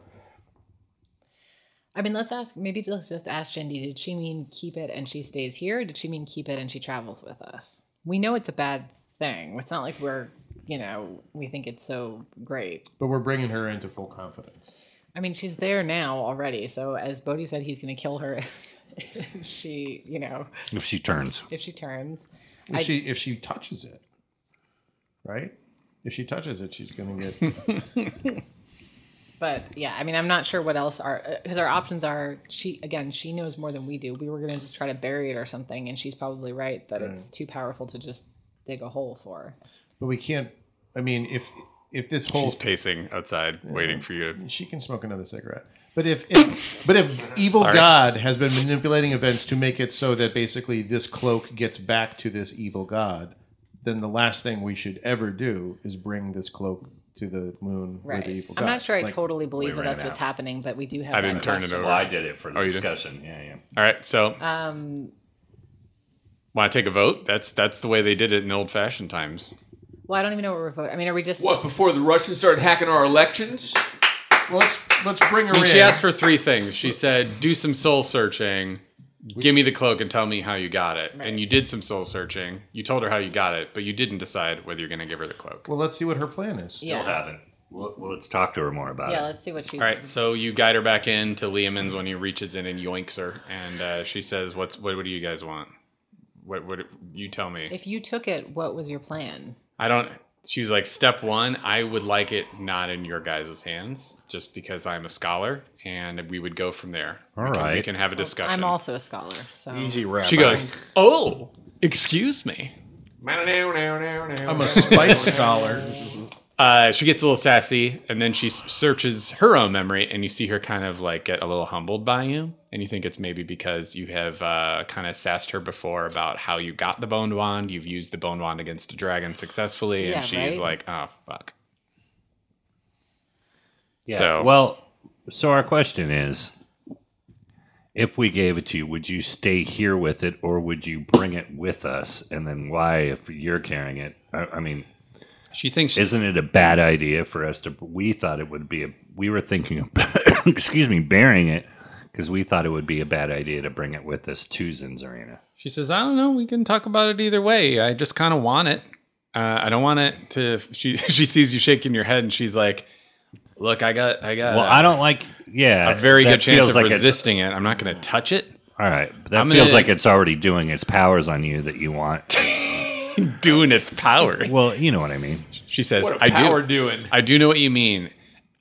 [SPEAKER 2] I mean, let's ask. Maybe let's just ask Jindy. Did she mean keep it and she stays here? Or did she mean keep it and she travels with us? We know it's a bad thing. It's not like we're, you know, we think it's so great.
[SPEAKER 6] But we're bringing her into full confidence.
[SPEAKER 2] I mean, she's there now already. So as Bodhi said, he's going to kill her if, if she, you know,
[SPEAKER 1] If she turns,
[SPEAKER 2] if she turns.
[SPEAKER 6] If she if she touches it, right? If she touches it, she's gonna get.
[SPEAKER 2] But yeah, I mean, I'm not sure what else our because our options are. She again, she knows more than we do. We were gonna just try to bury it or something, and she's probably right that it's too powerful to just dig a hole for.
[SPEAKER 6] But we can't. I mean, if if this whole
[SPEAKER 4] He's pacing outside, waiting for you to.
[SPEAKER 6] she can smoke another cigarette. But if, if but if evil god has been manipulating events to make it so that basically this cloak gets back to this evil god, then the last thing we should ever do is bring this cloak to the moon where
[SPEAKER 2] Right.
[SPEAKER 6] the evil god.
[SPEAKER 2] I'm not sure I
[SPEAKER 6] like,
[SPEAKER 2] totally believe that
[SPEAKER 4] ran
[SPEAKER 2] that's what's
[SPEAKER 4] out.
[SPEAKER 2] happening, but we do have.
[SPEAKER 4] I
[SPEAKER 2] that
[SPEAKER 4] didn't turn it
[SPEAKER 2] question.
[SPEAKER 1] Well,
[SPEAKER 4] over.
[SPEAKER 1] I did it for the
[SPEAKER 4] Oh, you did?
[SPEAKER 1] discussion. Yeah, yeah.
[SPEAKER 4] All right, so
[SPEAKER 2] Um,
[SPEAKER 4] want to take a vote? That's that's the way they did it in old fashioned times.
[SPEAKER 2] well, I don't even know what we're voting. I mean, are we just?
[SPEAKER 5] What before the Russians started hacking our elections?
[SPEAKER 6] Well, let's let's bring her in.
[SPEAKER 4] She asked for three things. She said, "Do some soul searching, give me the cloak, and tell me how you got it." And you did some soul searching. You told her how you got it, but you didn't decide whether you're going to give her the cloak.
[SPEAKER 6] well, let's see what her plan is.
[SPEAKER 1] Still
[SPEAKER 2] Yeah.
[SPEAKER 1] haven't. Well, well, let's talk to her more about
[SPEAKER 2] Yeah,
[SPEAKER 1] it.
[SPEAKER 2] let's see what she.
[SPEAKER 4] All right, so you guide her back in to Liam's when he reaches in and yoinks her, and uh, she says, "What's what? What do you guys want? What? What? You tell me."
[SPEAKER 2] If you took it, what was your plan?
[SPEAKER 4] I don't. She was like, step one, I would like it not in your guys' hands, just because I'm a scholar, and we would go from there. All right, we Can, we
[SPEAKER 1] right.
[SPEAKER 4] can have a discussion.
[SPEAKER 2] I'm also a scholar, so
[SPEAKER 7] Easy rabbi.
[SPEAKER 4] she goes, oh, excuse me.
[SPEAKER 6] I'm a spice scholar.
[SPEAKER 4] Uh, she gets a little sassy, and then she s- searches her own memory, and you see her kind of like get a little humbled by you, and you think it's maybe because you have uh, kind of sassed her before about how you got the boned wand. You've used the boned wand against a dragon successfully,
[SPEAKER 2] Yeah,
[SPEAKER 4] and she's
[SPEAKER 2] right?
[SPEAKER 4] like, oh fuck.
[SPEAKER 1] Yeah.
[SPEAKER 4] So
[SPEAKER 1] well, so our question is if we gave it to you, would you stay here with it or would you bring it with us? And then why, if you're carrying it? I, I mean,
[SPEAKER 4] she thinks she
[SPEAKER 1] isn't it a bad idea for us to? We thought it would be a. We were thinking of, excuse me, burying it because we thought it would be a bad idea to bring it with us to Zinzarena.
[SPEAKER 4] She says, "I don't know. We can talk about it either way. I just kind of want it. Uh, I don't want it to." She she sees you shaking your head, and she's like, "Look, I got, I got.
[SPEAKER 1] Well,
[SPEAKER 4] a-
[SPEAKER 1] I don't like. Yeah,
[SPEAKER 4] a very
[SPEAKER 1] that
[SPEAKER 4] good chance
[SPEAKER 1] feels
[SPEAKER 4] of
[SPEAKER 1] like it's-
[SPEAKER 4] resisting it. I'm not going to touch it.
[SPEAKER 1] All right, but that
[SPEAKER 4] I'm
[SPEAKER 1] feels
[SPEAKER 4] gonna-
[SPEAKER 1] like it's already doing its powers on you that you want.
[SPEAKER 4] Doing its power."
[SPEAKER 1] well, you know what I mean.
[SPEAKER 4] she says,
[SPEAKER 5] What a
[SPEAKER 4] "I
[SPEAKER 5] power
[SPEAKER 4] do.
[SPEAKER 5] doing.
[SPEAKER 4] I do know what you mean.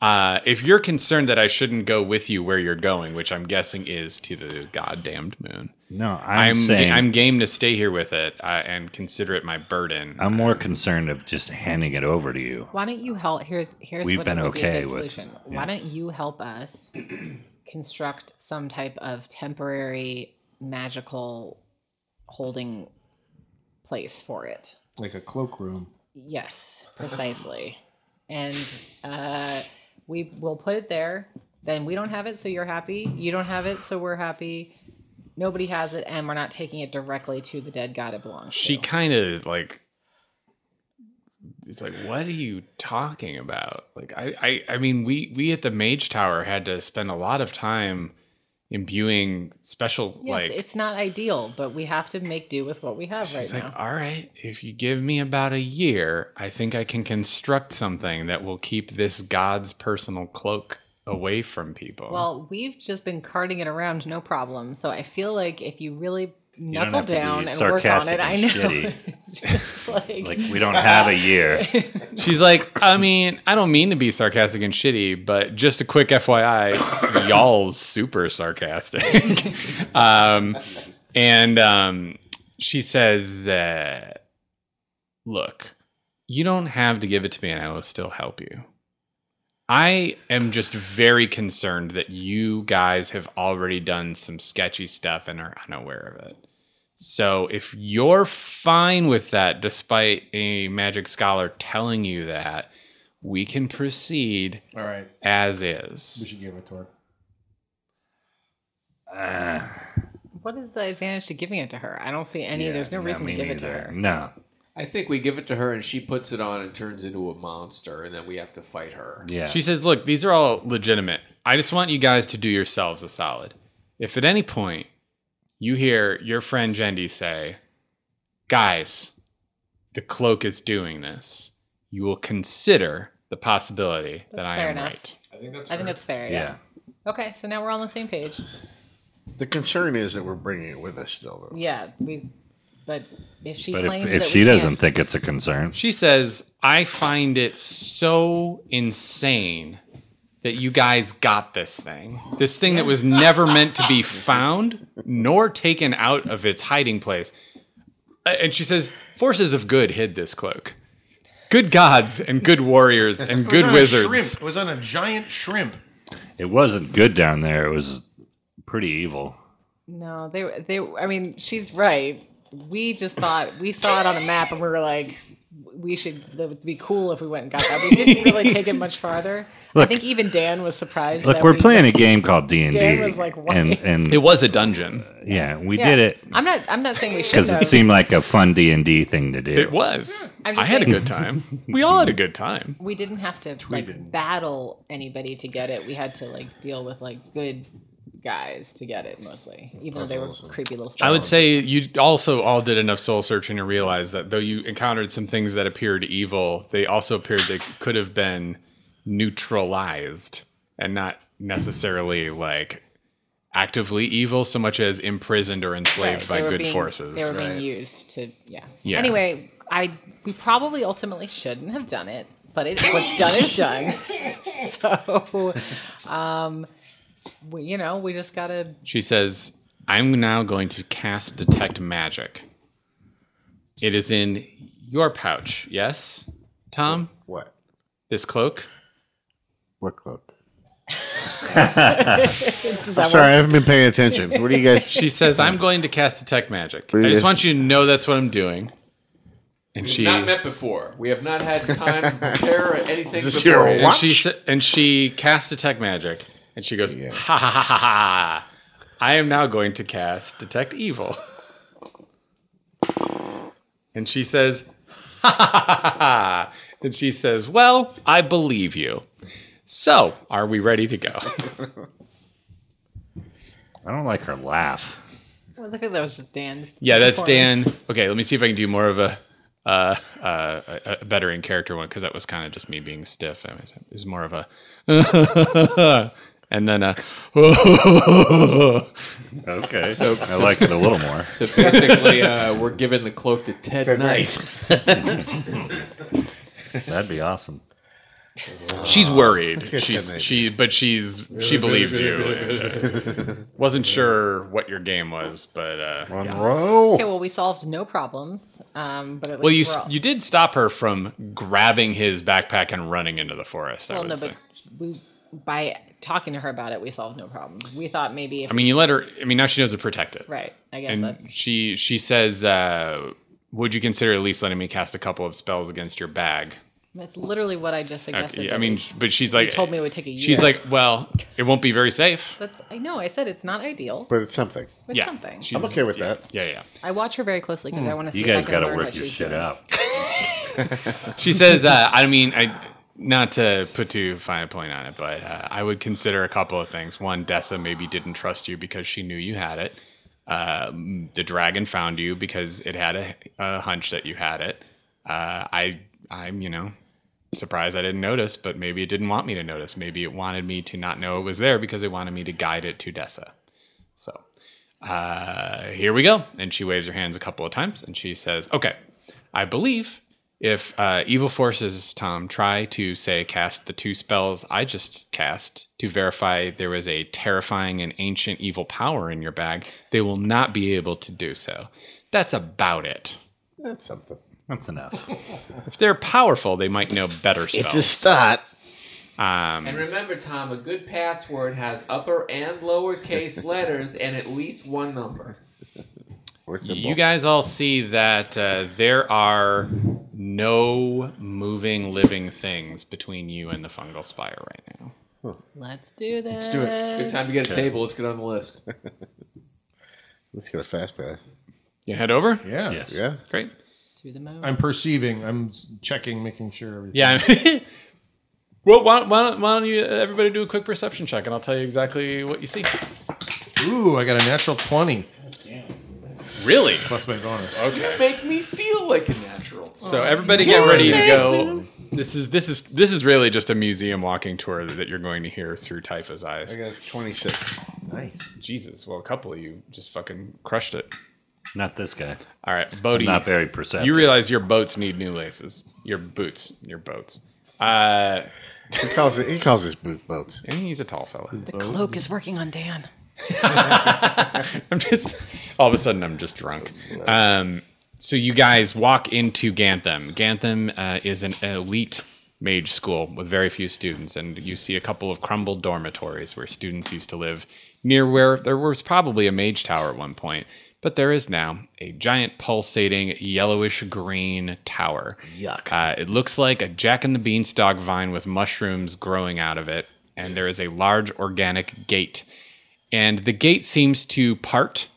[SPEAKER 4] Uh, if you're concerned that I shouldn't go with you where you're going, which I'm guessing is to the goddamned moon,
[SPEAKER 1] No, I'm,
[SPEAKER 4] I'm ga-
[SPEAKER 1] saying
[SPEAKER 4] I'm
[SPEAKER 1] I'm,
[SPEAKER 4] game to stay here with it uh, and consider it my burden.
[SPEAKER 1] more concerned of just handing it over to you.
[SPEAKER 2] Why don't you help? Here's here's
[SPEAKER 1] We've
[SPEAKER 2] what
[SPEAKER 1] been
[SPEAKER 2] would be a
[SPEAKER 1] okay
[SPEAKER 2] good
[SPEAKER 1] with-
[SPEAKER 2] solution. Why don't you help us construct some type of temporary magical holding place for it?
[SPEAKER 6] like a cloakroom.
[SPEAKER 2] Yes, precisely. and uh, we will put it there. Then we don't have it, so you're happy. You don't have it, so we're happy. Nobody has it, and we're not taking it directly to the dead god it belongs
[SPEAKER 4] she
[SPEAKER 2] to.
[SPEAKER 4] kind of like it's like what are you talking about like I, I i mean we we at the mage tower had to spend a lot of time imbuing special
[SPEAKER 2] Yes,
[SPEAKER 4] like
[SPEAKER 2] it's not ideal, but we have to make do with what we have right
[SPEAKER 4] it's like
[SPEAKER 2] now.
[SPEAKER 4] all right if you give me about a year i think i can construct something that will keep this god's personal cloak away from people
[SPEAKER 2] Well, we've just been carting it around, no problem. So I feel like if you really
[SPEAKER 1] You don't
[SPEAKER 2] knuckle
[SPEAKER 1] have to
[SPEAKER 2] down
[SPEAKER 1] be
[SPEAKER 2] and work on
[SPEAKER 1] sarcastic
[SPEAKER 2] it, I
[SPEAKER 1] and
[SPEAKER 2] know.
[SPEAKER 1] shitty.
[SPEAKER 2] It's like,
[SPEAKER 1] Like we don't have a year.
[SPEAKER 4] She's like, I mean, I don't mean to be sarcastic and shitty, but just a quick FYI, y'all's super sarcastic. um, and um, she says, uh, Look, you don't have to give it to me, and I will still help you. I am just very concerned that you guys have already done some sketchy stuff and are unaware of it. So if you're fine with that, despite a magic scholar telling you that, we can proceed
[SPEAKER 6] All right,
[SPEAKER 4] as
[SPEAKER 6] we
[SPEAKER 4] is.
[SPEAKER 6] should give it to her.
[SPEAKER 1] Uh,
[SPEAKER 2] what is the advantage to giving it to her? I don't see any.
[SPEAKER 1] yeah,
[SPEAKER 2] there's no reason to
[SPEAKER 1] me
[SPEAKER 2] give it to
[SPEAKER 1] neither.
[SPEAKER 2] her.
[SPEAKER 1] No.
[SPEAKER 5] I think we give it to her and she puts it on and turns into a monster, and then we have to fight her.
[SPEAKER 1] Yeah.
[SPEAKER 4] She says, "Look, these are all legitimate. I just want you guys to do yourselves a solid. If at any point you hear your friend Jendi say, "Guys, the cloak is doing this," you will consider the possibility that
[SPEAKER 2] That's
[SPEAKER 4] I
[SPEAKER 2] fair
[SPEAKER 4] am
[SPEAKER 2] enough.
[SPEAKER 4] right.
[SPEAKER 6] I think that's.
[SPEAKER 2] I think that's fair.
[SPEAKER 1] yeah.
[SPEAKER 2] Yeah. Okay, so now we're on the same page.
[SPEAKER 7] The concern is that we're bringing it with us still, though.
[SPEAKER 2] Yeah, we. But if she
[SPEAKER 1] But
[SPEAKER 2] claims
[SPEAKER 1] if,
[SPEAKER 2] that
[SPEAKER 1] if
[SPEAKER 2] we
[SPEAKER 1] she
[SPEAKER 2] can't-
[SPEAKER 1] doesn't think it's a concern,
[SPEAKER 4] She says, I find it so insane that you guys got this thing. This thing that was never meant to be found nor taken out of its hiding place. Uh, And she says, Forces of good hid this cloak. Good gods and good warriors and
[SPEAKER 6] It was
[SPEAKER 4] good
[SPEAKER 6] on a
[SPEAKER 4] wizards.
[SPEAKER 6] shrimp. It was on a giant shrimp.
[SPEAKER 1] It wasn't good down there. It was pretty evil.
[SPEAKER 2] No, they were- they. I mean, she's right. We just thought we saw it on a map, and we were like, we should. That would be cool if we went and got that. We didn't really take it much farther. I
[SPEAKER 1] Look-
[SPEAKER 2] think even Dan was surprised.
[SPEAKER 1] Look,
[SPEAKER 2] that
[SPEAKER 1] we're
[SPEAKER 2] we-
[SPEAKER 1] playing a game called D and
[SPEAKER 2] Dan was like, "Why?"
[SPEAKER 1] D, and
[SPEAKER 4] It was a dungeon.
[SPEAKER 1] yeah, we
[SPEAKER 2] Yeah.
[SPEAKER 1] did it
[SPEAKER 2] I'm not. I'm not saying we should.
[SPEAKER 1] because
[SPEAKER 2] Have.
[SPEAKER 1] it seemed like a fun D and D thing to do.
[SPEAKER 4] It was.
[SPEAKER 2] Hmm. I'm
[SPEAKER 4] I
[SPEAKER 2] just
[SPEAKER 4] had a
[SPEAKER 2] saying-
[SPEAKER 4] good time. We all had a good time.
[SPEAKER 2] we didn't have to like battle anybody to get it. We had to like deal with like good guys to get it mostly, even though they were creepy little.
[SPEAKER 4] I would say you also all did enough soul searching to realize that though you encountered some things that appeared evil, they also appeared they could have been neutralized and not necessarily like actively evil so much as imprisoned or enslaved
[SPEAKER 2] Right,
[SPEAKER 4] by
[SPEAKER 2] they were
[SPEAKER 4] good
[SPEAKER 2] being-
[SPEAKER 4] forces.
[SPEAKER 2] They were being used to, yeah.
[SPEAKER 4] Yeah.
[SPEAKER 2] Anyway, I we probably ultimately shouldn't have done it, but it, what's done is done. so, um, we, you know, we just gotta.
[SPEAKER 4] She says, I'm now going to cast detect magic. It is in your pouch, yes? Tom?
[SPEAKER 7] What?
[SPEAKER 4] This cloak?
[SPEAKER 7] What cloak?
[SPEAKER 2] Does that
[SPEAKER 7] Sorry, I haven't been paying attention. What do you guys?
[SPEAKER 4] She says, I'm going to cast detect magic. I
[SPEAKER 7] Please.
[SPEAKER 4] just want you to know that's what I'm doing. And she
[SPEAKER 5] Not met before. We have not had time to prepare anything.
[SPEAKER 7] this your
[SPEAKER 5] before.
[SPEAKER 4] and she
[SPEAKER 7] Watch.
[SPEAKER 4] sa- and she casts detect magic and she goes, ha ha ha ha ha. I am now going to cast detect evil. And she says, ha ha ha ha ha. And she says, well, I believe you. So, are we ready to go?
[SPEAKER 1] I don't like her laugh.
[SPEAKER 2] Well, I think that was just Dan's.
[SPEAKER 4] Yeah, that's Dan.
[SPEAKER 2] performance.
[SPEAKER 4] Okay, let me see if I can do more of a uh, uh, a- a better in character one because that was kind of just me being stiff. I mean, it was more of a and then uh, a
[SPEAKER 1] Okay, I like it a little more.
[SPEAKER 5] So basically, uh, we're giving the cloak to Ted, Knight.
[SPEAKER 1] That'd be awesome.
[SPEAKER 4] she's worried. She's she, but she's she believes you. Wasn't sure what your game was, but uh,
[SPEAKER 1] Monroe.
[SPEAKER 2] Okay, well, we solved no problems, um, but at
[SPEAKER 4] well, you
[SPEAKER 2] least
[SPEAKER 4] s-
[SPEAKER 2] we're all-
[SPEAKER 4] you did stop her from grabbing his backpack and running into the forest. I
[SPEAKER 2] Well,
[SPEAKER 4] would
[SPEAKER 2] no,
[SPEAKER 4] say.
[SPEAKER 2] but we, by talking to her about it, we solved no problems. We thought maybe if
[SPEAKER 4] I mean, you let her. I mean, now she knows to protect it.
[SPEAKER 2] right. I guess
[SPEAKER 4] and
[SPEAKER 2] that's
[SPEAKER 4] she she says, uh, "Would you consider at least letting me cast a couple of spells against your bag?"
[SPEAKER 2] that's literally what I just suggested.
[SPEAKER 4] Okay, I
[SPEAKER 2] that
[SPEAKER 4] mean,
[SPEAKER 2] we-
[SPEAKER 4] sh- but she's
[SPEAKER 2] you
[SPEAKER 4] like,
[SPEAKER 2] told me it would take a year.
[SPEAKER 4] she's like, "Well, it won't be very safe."
[SPEAKER 2] That's, I know. I said it's not ideal.
[SPEAKER 7] But it's something.
[SPEAKER 2] It's
[SPEAKER 4] yeah,
[SPEAKER 2] something.
[SPEAKER 4] she's-
[SPEAKER 7] I'm okay with that.
[SPEAKER 4] Yeah, yeah.
[SPEAKER 2] I watch her very closely because I want to see.
[SPEAKER 1] Hmm. You
[SPEAKER 2] if
[SPEAKER 1] guys
[SPEAKER 2] I can
[SPEAKER 1] got to
[SPEAKER 2] learn
[SPEAKER 1] work
[SPEAKER 2] what
[SPEAKER 1] your
[SPEAKER 2] she's
[SPEAKER 1] shit
[SPEAKER 2] doing.
[SPEAKER 1] out.
[SPEAKER 4] She says, uh, "I mean, I." Not to put too fine a point on it, but uh, I would consider a couple of things. One, Dessa maybe didn't trust you because she knew you had it. Um, the dragon found you because it had a, a hunch that you had it. Uh, I, I'm, you know, surprised I didn't notice, but maybe it didn't want me to notice. Maybe it wanted me to not know it was there because it wanted me to guide it to Dessa. So uh, here we go. And she waves her hands a couple of times and she says, Okay, I believe if uh, evil forces, Tom, try to say cast the two spells I just cast to verify there was a terrifying and ancient evil power in your bag, they will not be able to do so. That's about it.
[SPEAKER 7] That's something.
[SPEAKER 1] That's enough.
[SPEAKER 4] If they're powerful, they might know better spells.
[SPEAKER 7] It's a start.
[SPEAKER 5] And remember, Tom, a good password has upper and lowercase letters and at least one number.
[SPEAKER 7] Or
[SPEAKER 4] You
[SPEAKER 7] symbol.
[SPEAKER 4] guys all see that uh, there are no moving living things between you and the fungal spire right now.
[SPEAKER 2] Let's do this.
[SPEAKER 6] do it.
[SPEAKER 5] Good time to get a table. Let's get on the list.
[SPEAKER 7] Let's get a fast pass.
[SPEAKER 4] You head over?
[SPEAKER 6] Yeah.
[SPEAKER 1] Yes.
[SPEAKER 7] Yeah.
[SPEAKER 4] Great.
[SPEAKER 2] To the moon.
[SPEAKER 6] I'm perceiving. I'm s- checking, making sure everything.
[SPEAKER 4] Yeah. well, why, why, don't, why don't you uh, everybody do a quick perception check and I'll tell you exactly what you see.
[SPEAKER 6] Ooh, I got a natural 20
[SPEAKER 4] Really?
[SPEAKER 6] plus my bonus.
[SPEAKER 4] Okay.
[SPEAKER 5] Make me feel like a natural.
[SPEAKER 4] So everybody get ready to go. This is this is this is really just a museum walking tour that you're going to hear through Typha's eyes.
[SPEAKER 7] I got 26.
[SPEAKER 4] Jesus, well a couple of you just fucking crushed it.
[SPEAKER 1] Not this guy.
[SPEAKER 4] All right, Bodhi.
[SPEAKER 1] Not very perceptive.
[SPEAKER 4] You realize your boats need new laces. Your boots, your boats. Uh,
[SPEAKER 7] He calls it. He calls his booth boats.
[SPEAKER 4] And he's a tall fella.
[SPEAKER 2] The cloak is working on Dan.
[SPEAKER 4] I'm just all of a sudden I'm just drunk. Um, so you guys walk into Gantham. Gantham uh, is an elite mage school with very few students, and you see a couple of crumbled dormitories where students used to live near where there was probably a mage tower at one point. But there is now a giant pulsating yellowish green tower.
[SPEAKER 8] Yuck.
[SPEAKER 4] Uh, it looks like a Jack and the Beanstalk vine with mushrooms growing out of it, and there is a large organic gate and the gate seems to part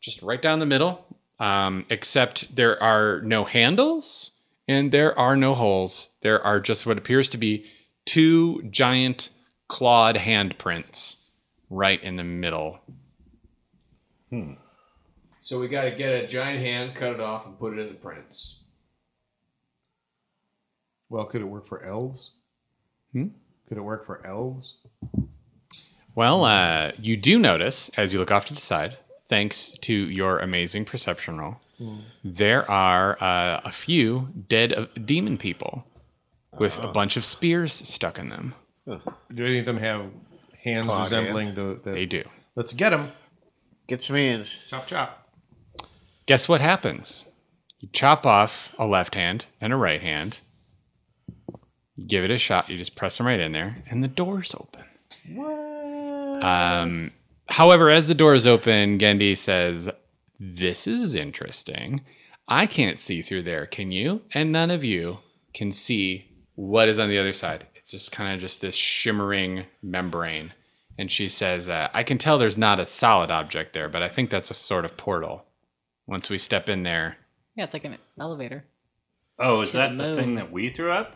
[SPEAKER 4] just right down the middle um, except there are no handles and there are no holes there are just what appears to be two giant clawed handprints right in the middle
[SPEAKER 5] So we got to get a giant hand, cut it off, and put it in the prints.
[SPEAKER 6] Well, could it work for elves? Hmm? Could it work for elves?
[SPEAKER 4] well uh, you do notice as you look off to the side thanks to your amazing perception roll there are uh, a few dead uh, demon people with a bunch of spears stuck in them
[SPEAKER 6] Do any of them have hands
[SPEAKER 7] Clawed
[SPEAKER 6] resembling the, the?
[SPEAKER 4] they do
[SPEAKER 6] Let's get them.
[SPEAKER 7] Get some hands.
[SPEAKER 6] Chop chop.
[SPEAKER 4] guess what happens? You chop off a left hand and a right hand. You give it a shot. You just press them right in there, and the doors open. Um, however, as the doors open, Gendy says, "This is interesting. I can't see through there. Can you? And none of you can see what is on the other side. It's just kind of just this shimmering membrane." And she says, uh, "I can tell there's not a solid object there, but I think that's a sort of portal." once we step in there.
[SPEAKER 2] Yeah, it's like an elevator.
[SPEAKER 1] Oh, is that the
[SPEAKER 2] moon.
[SPEAKER 1] thing that we threw up?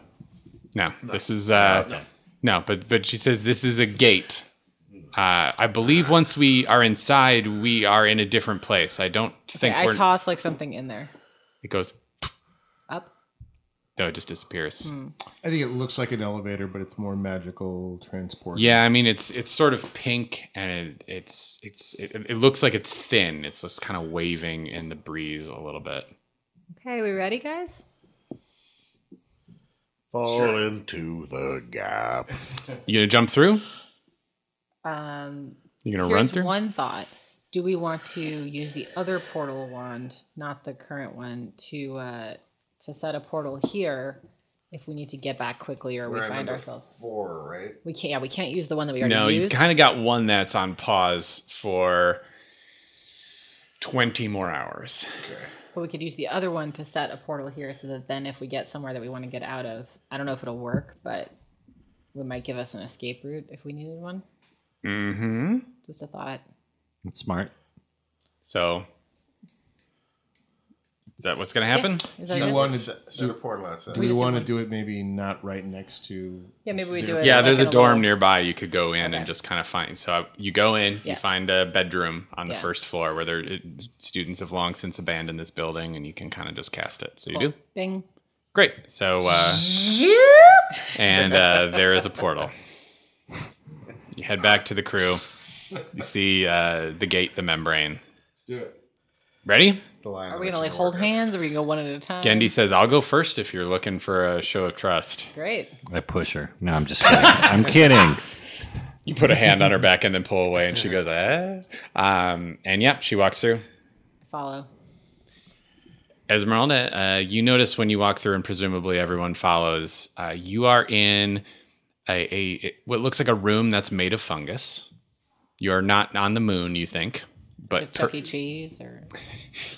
[SPEAKER 4] No, this is uh, no, but but she says this is a gate. Uh, I believe once we are inside, we are in a different place. I don't think
[SPEAKER 2] I
[SPEAKER 4] we're.
[SPEAKER 2] toss like something in there.
[SPEAKER 4] it goes
[SPEAKER 2] Up.
[SPEAKER 4] no, it just disappears.
[SPEAKER 2] Hmm.
[SPEAKER 6] I think it looks like an elevator, but it's more magical transport.
[SPEAKER 4] Yeah, I mean it's it's sort of pink and it, it's it's it, it looks like it's thin. It's just kind of waving in the breeze a little bit.
[SPEAKER 2] Okay, we ready, guys?
[SPEAKER 7] Fall into the gap.
[SPEAKER 4] You gonna jump through?
[SPEAKER 2] Um,
[SPEAKER 4] You gonna run
[SPEAKER 2] here's
[SPEAKER 4] through?
[SPEAKER 2] one thought. Do we want to use the other portal wand, not the current one, to uh, to set a portal here if we need to get back quickly or we find ourselves?
[SPEAKER 3] Four, right?
[SPEAKER 2] We can't. Yeah, we can't use the one that we already
[SPEAKER 4] No, you've
[SPEAKER 2] used.
[SPEAKER 4] kind of got one that's on pause for twenty more hours.
[SPEAKER 2] But we could use the other one to set a portal here so that then if we get somewhere that we want to get out of, I don't know if it'll work, but it might give us an escape route if we needed one. Mm-hmm.
[SPEAKER 4] Mm-hmm.
[SPEAKER 2] Just a thought.
[SPEAKER 1] That's smart.
[SPEAKER 4] So is that what's going to happen?
[SPEAKER 2] Is that
[SPEAKER 6] Do you
[SPEAKER 2] good?
[SPEAKER 6] want to?
[SPEAKER 7] Set, set a portal outside.
[SPEAKER 6] Do we
[SPEAKER 2] just do
[SPEAKER 6] want to
[SPEAKER 2] one.
[SPEAKER 6] do it? Maybe not right next to.
[SPEAKER 2] yeah, maybe we do it.
[SPEAKER 4] Yeah,
[SPEAKER 2] like
[SPEAKER 4] there's
[SPEAKER 2] in
[SPEAKER 4] a dorm
[SPEAKER 2] little-
[SPEAKER 4] nearby you could go in
[SPEAKER 2] Okay.
[SPEAKER 4] and just kind of find. So you go in,
[SPEAKER 2] Yeah.
[SPEAKER 4] you find a bedroom on the
[SPEAKER 2] Yeah.
[SPEAKER 4] first floor where there it, students have long since abandoned this building, and you can kind of just cast it. So you do
[SPEAKER 2] Bing.
[SPEAKER 4] great. So uh, and uh, there is a portal. You head back to the crew. You see uh, the gate, the membrane.
[SPEAKER 6] Do it.
[SPEAKER 4] Ready?
[SPEAKER 7] The line
[SPEAKER 2] Are
[SPEAKER 7] of
[SPEAKER 2] we
[SPEAKER 7] it
[SPEAKER 2] gonna like
[SPEAKER 7] should
[SPEAKER 2] hold
[SPEAKER 7] work.
[SPEAKER 2] hands? Or are we gonna go one at a time?
[SPEAKER 4] Gendy says, "I'll go first if you're looking for a show of trust."
[SPEAKER 2] Great.
[SPEAKER 1] I push her. No, I'm just kidding. I'm kidding.
[SPEAKER 4] You put a hand on her back and then pull away, and she goes, "Ah." Um, and yep, she walks through.
[SPEAKER 2] Follow.
[SPEAKER 4] Esmeralda, uh, you notice when you walk through, and presumably everyone follows. Uh, you are in a, a what looks like a room that's made of fungus. You are not on the moon, you think, but
[SPEAKER 2] Chuck E. Cheese or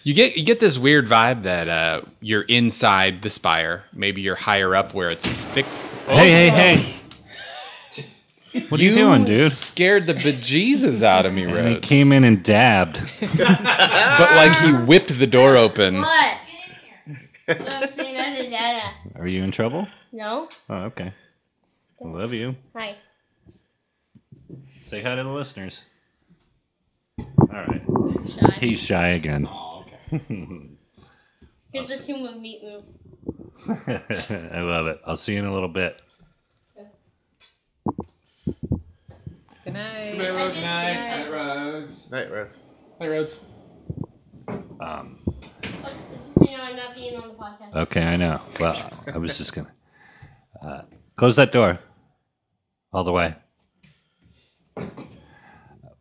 [SPEAKER 4] you get you get this weird vibe that uh, you're inside the spire. Maybe you're higher up where it's thick.
[SPEAKER 1] hey, hey, hey. What are you, doing, dude?
[SPEAKER 4] Scared the bejesus out of me,
[SPEAKER 1] And he
[SPEAKER 4] Rhodes.
[SPEAKER 1] came in and dabbed.
[SPEAKER 4] but like he whipped the door open.
[SPEAKER 9] What? Something other data.
[SPEAKER 1] Are you in trouble?
[SPEAKER 9] No?
[SPEAKER 1] Oh, okay. I love you.
[SPEAKER 9] Hi.
[SPEAKER 1] Say hi to the listeners. All right. He's shy again.
[SPEAKER 5] Oh,
[SPEAKER 9] Here's the tomb of meat moon.
[SPEAKER 1] I love it. I'll see you in a little bit.
[SPEAKER 2] good night.
[SPEAKER 9] Night.
[SPEAKER 5] Roads.
[SPEAKER 7] Night, Rev.
[SPEAKER 9] Let's just say I'm not being on the podcast.
[SPEAKER 1] Okay, I know. Well, I was just gonna. Uh, Close that door. All the way.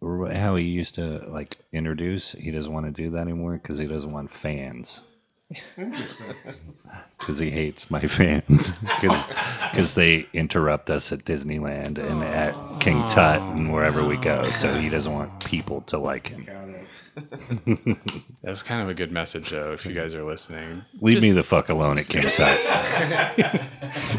[SPEAKER 1] R- How he used to like introduce, he doesn't want to do that anymore because he doesn't want fans. Because he hates my fans because they interrupt us at Disneyland and at King Tut and wherever we go. So he doesn't want people to like him.
[SPEAKER 4] That's kind of a good message, though, if you guys are listening.
[SPEAKER 1] Leave me the fuck alone at King Tut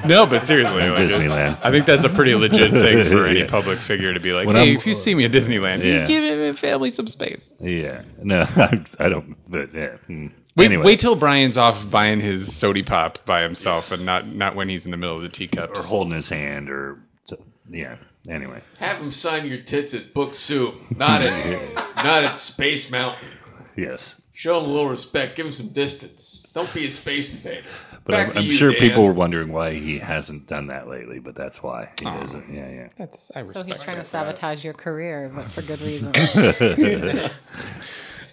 [SPEAKER 4] No, but seriously,
[SPEAKER 1] and
[SPEAKER 4] like, it-
[SPEAKER 1] Disneyland.
[SPEAKER 4] I think that's a pretty legit thing for any
[SPEAKER 1] Yeah.
[SPEAKER 4] public figure to be like,
[SPEAKER 1] When
[SPEAKER 4] hey,
[SPEAKER 1] I'm-
[SPEAKER 4] if you see me at Disneyland,
[SPEAKER 1] Yeah.
[SPEAKER 4] give my family some space.
[SPEAKER 1] Yeah. No, I, I don't. But yeah. Hmm.
[SPEAKER 4] Wait,
[SPEAKER 1] anyway.
[SPEAKER 4] wait till Brian's off buying his sody pop by himself, and not not when he's in the middle of the
[SPEAKER 1] or
[SPEAKER 4] teacups.
[SPEAKER 1] holding his hand or so, yeah. Anyway,
[SPEAKER 5] Have him sign your tits at Book Soup, not at not at Space Mountain.
[SPEAKER 1] yes,
[SPEAKER 5] Show him a little respect. Give him some distance. Don't be a space invader.
[SPEAKER 1] but
[SPEAKER 5] Back
[SPEAKER 1] I'm,
[SPEAKER 5] to
[SPEAKER 1] I'm
[SPEAKER 5] you,
[SPEAKER 1] sure
[SPEAKER 5] Dan.
[SPEAKER 1] people were wondering why he hasn't done that lately. But that's why he doesn't. Yeah, yeah.
[SPEAKER 4] That's I
[SPEAKER 2] So
[SPEAKER 4] respect.
[SPEAKER 2] he's trying to
[SPEAKER 4] that.
[SPEAKER 2] sabotage your career, but for good reason.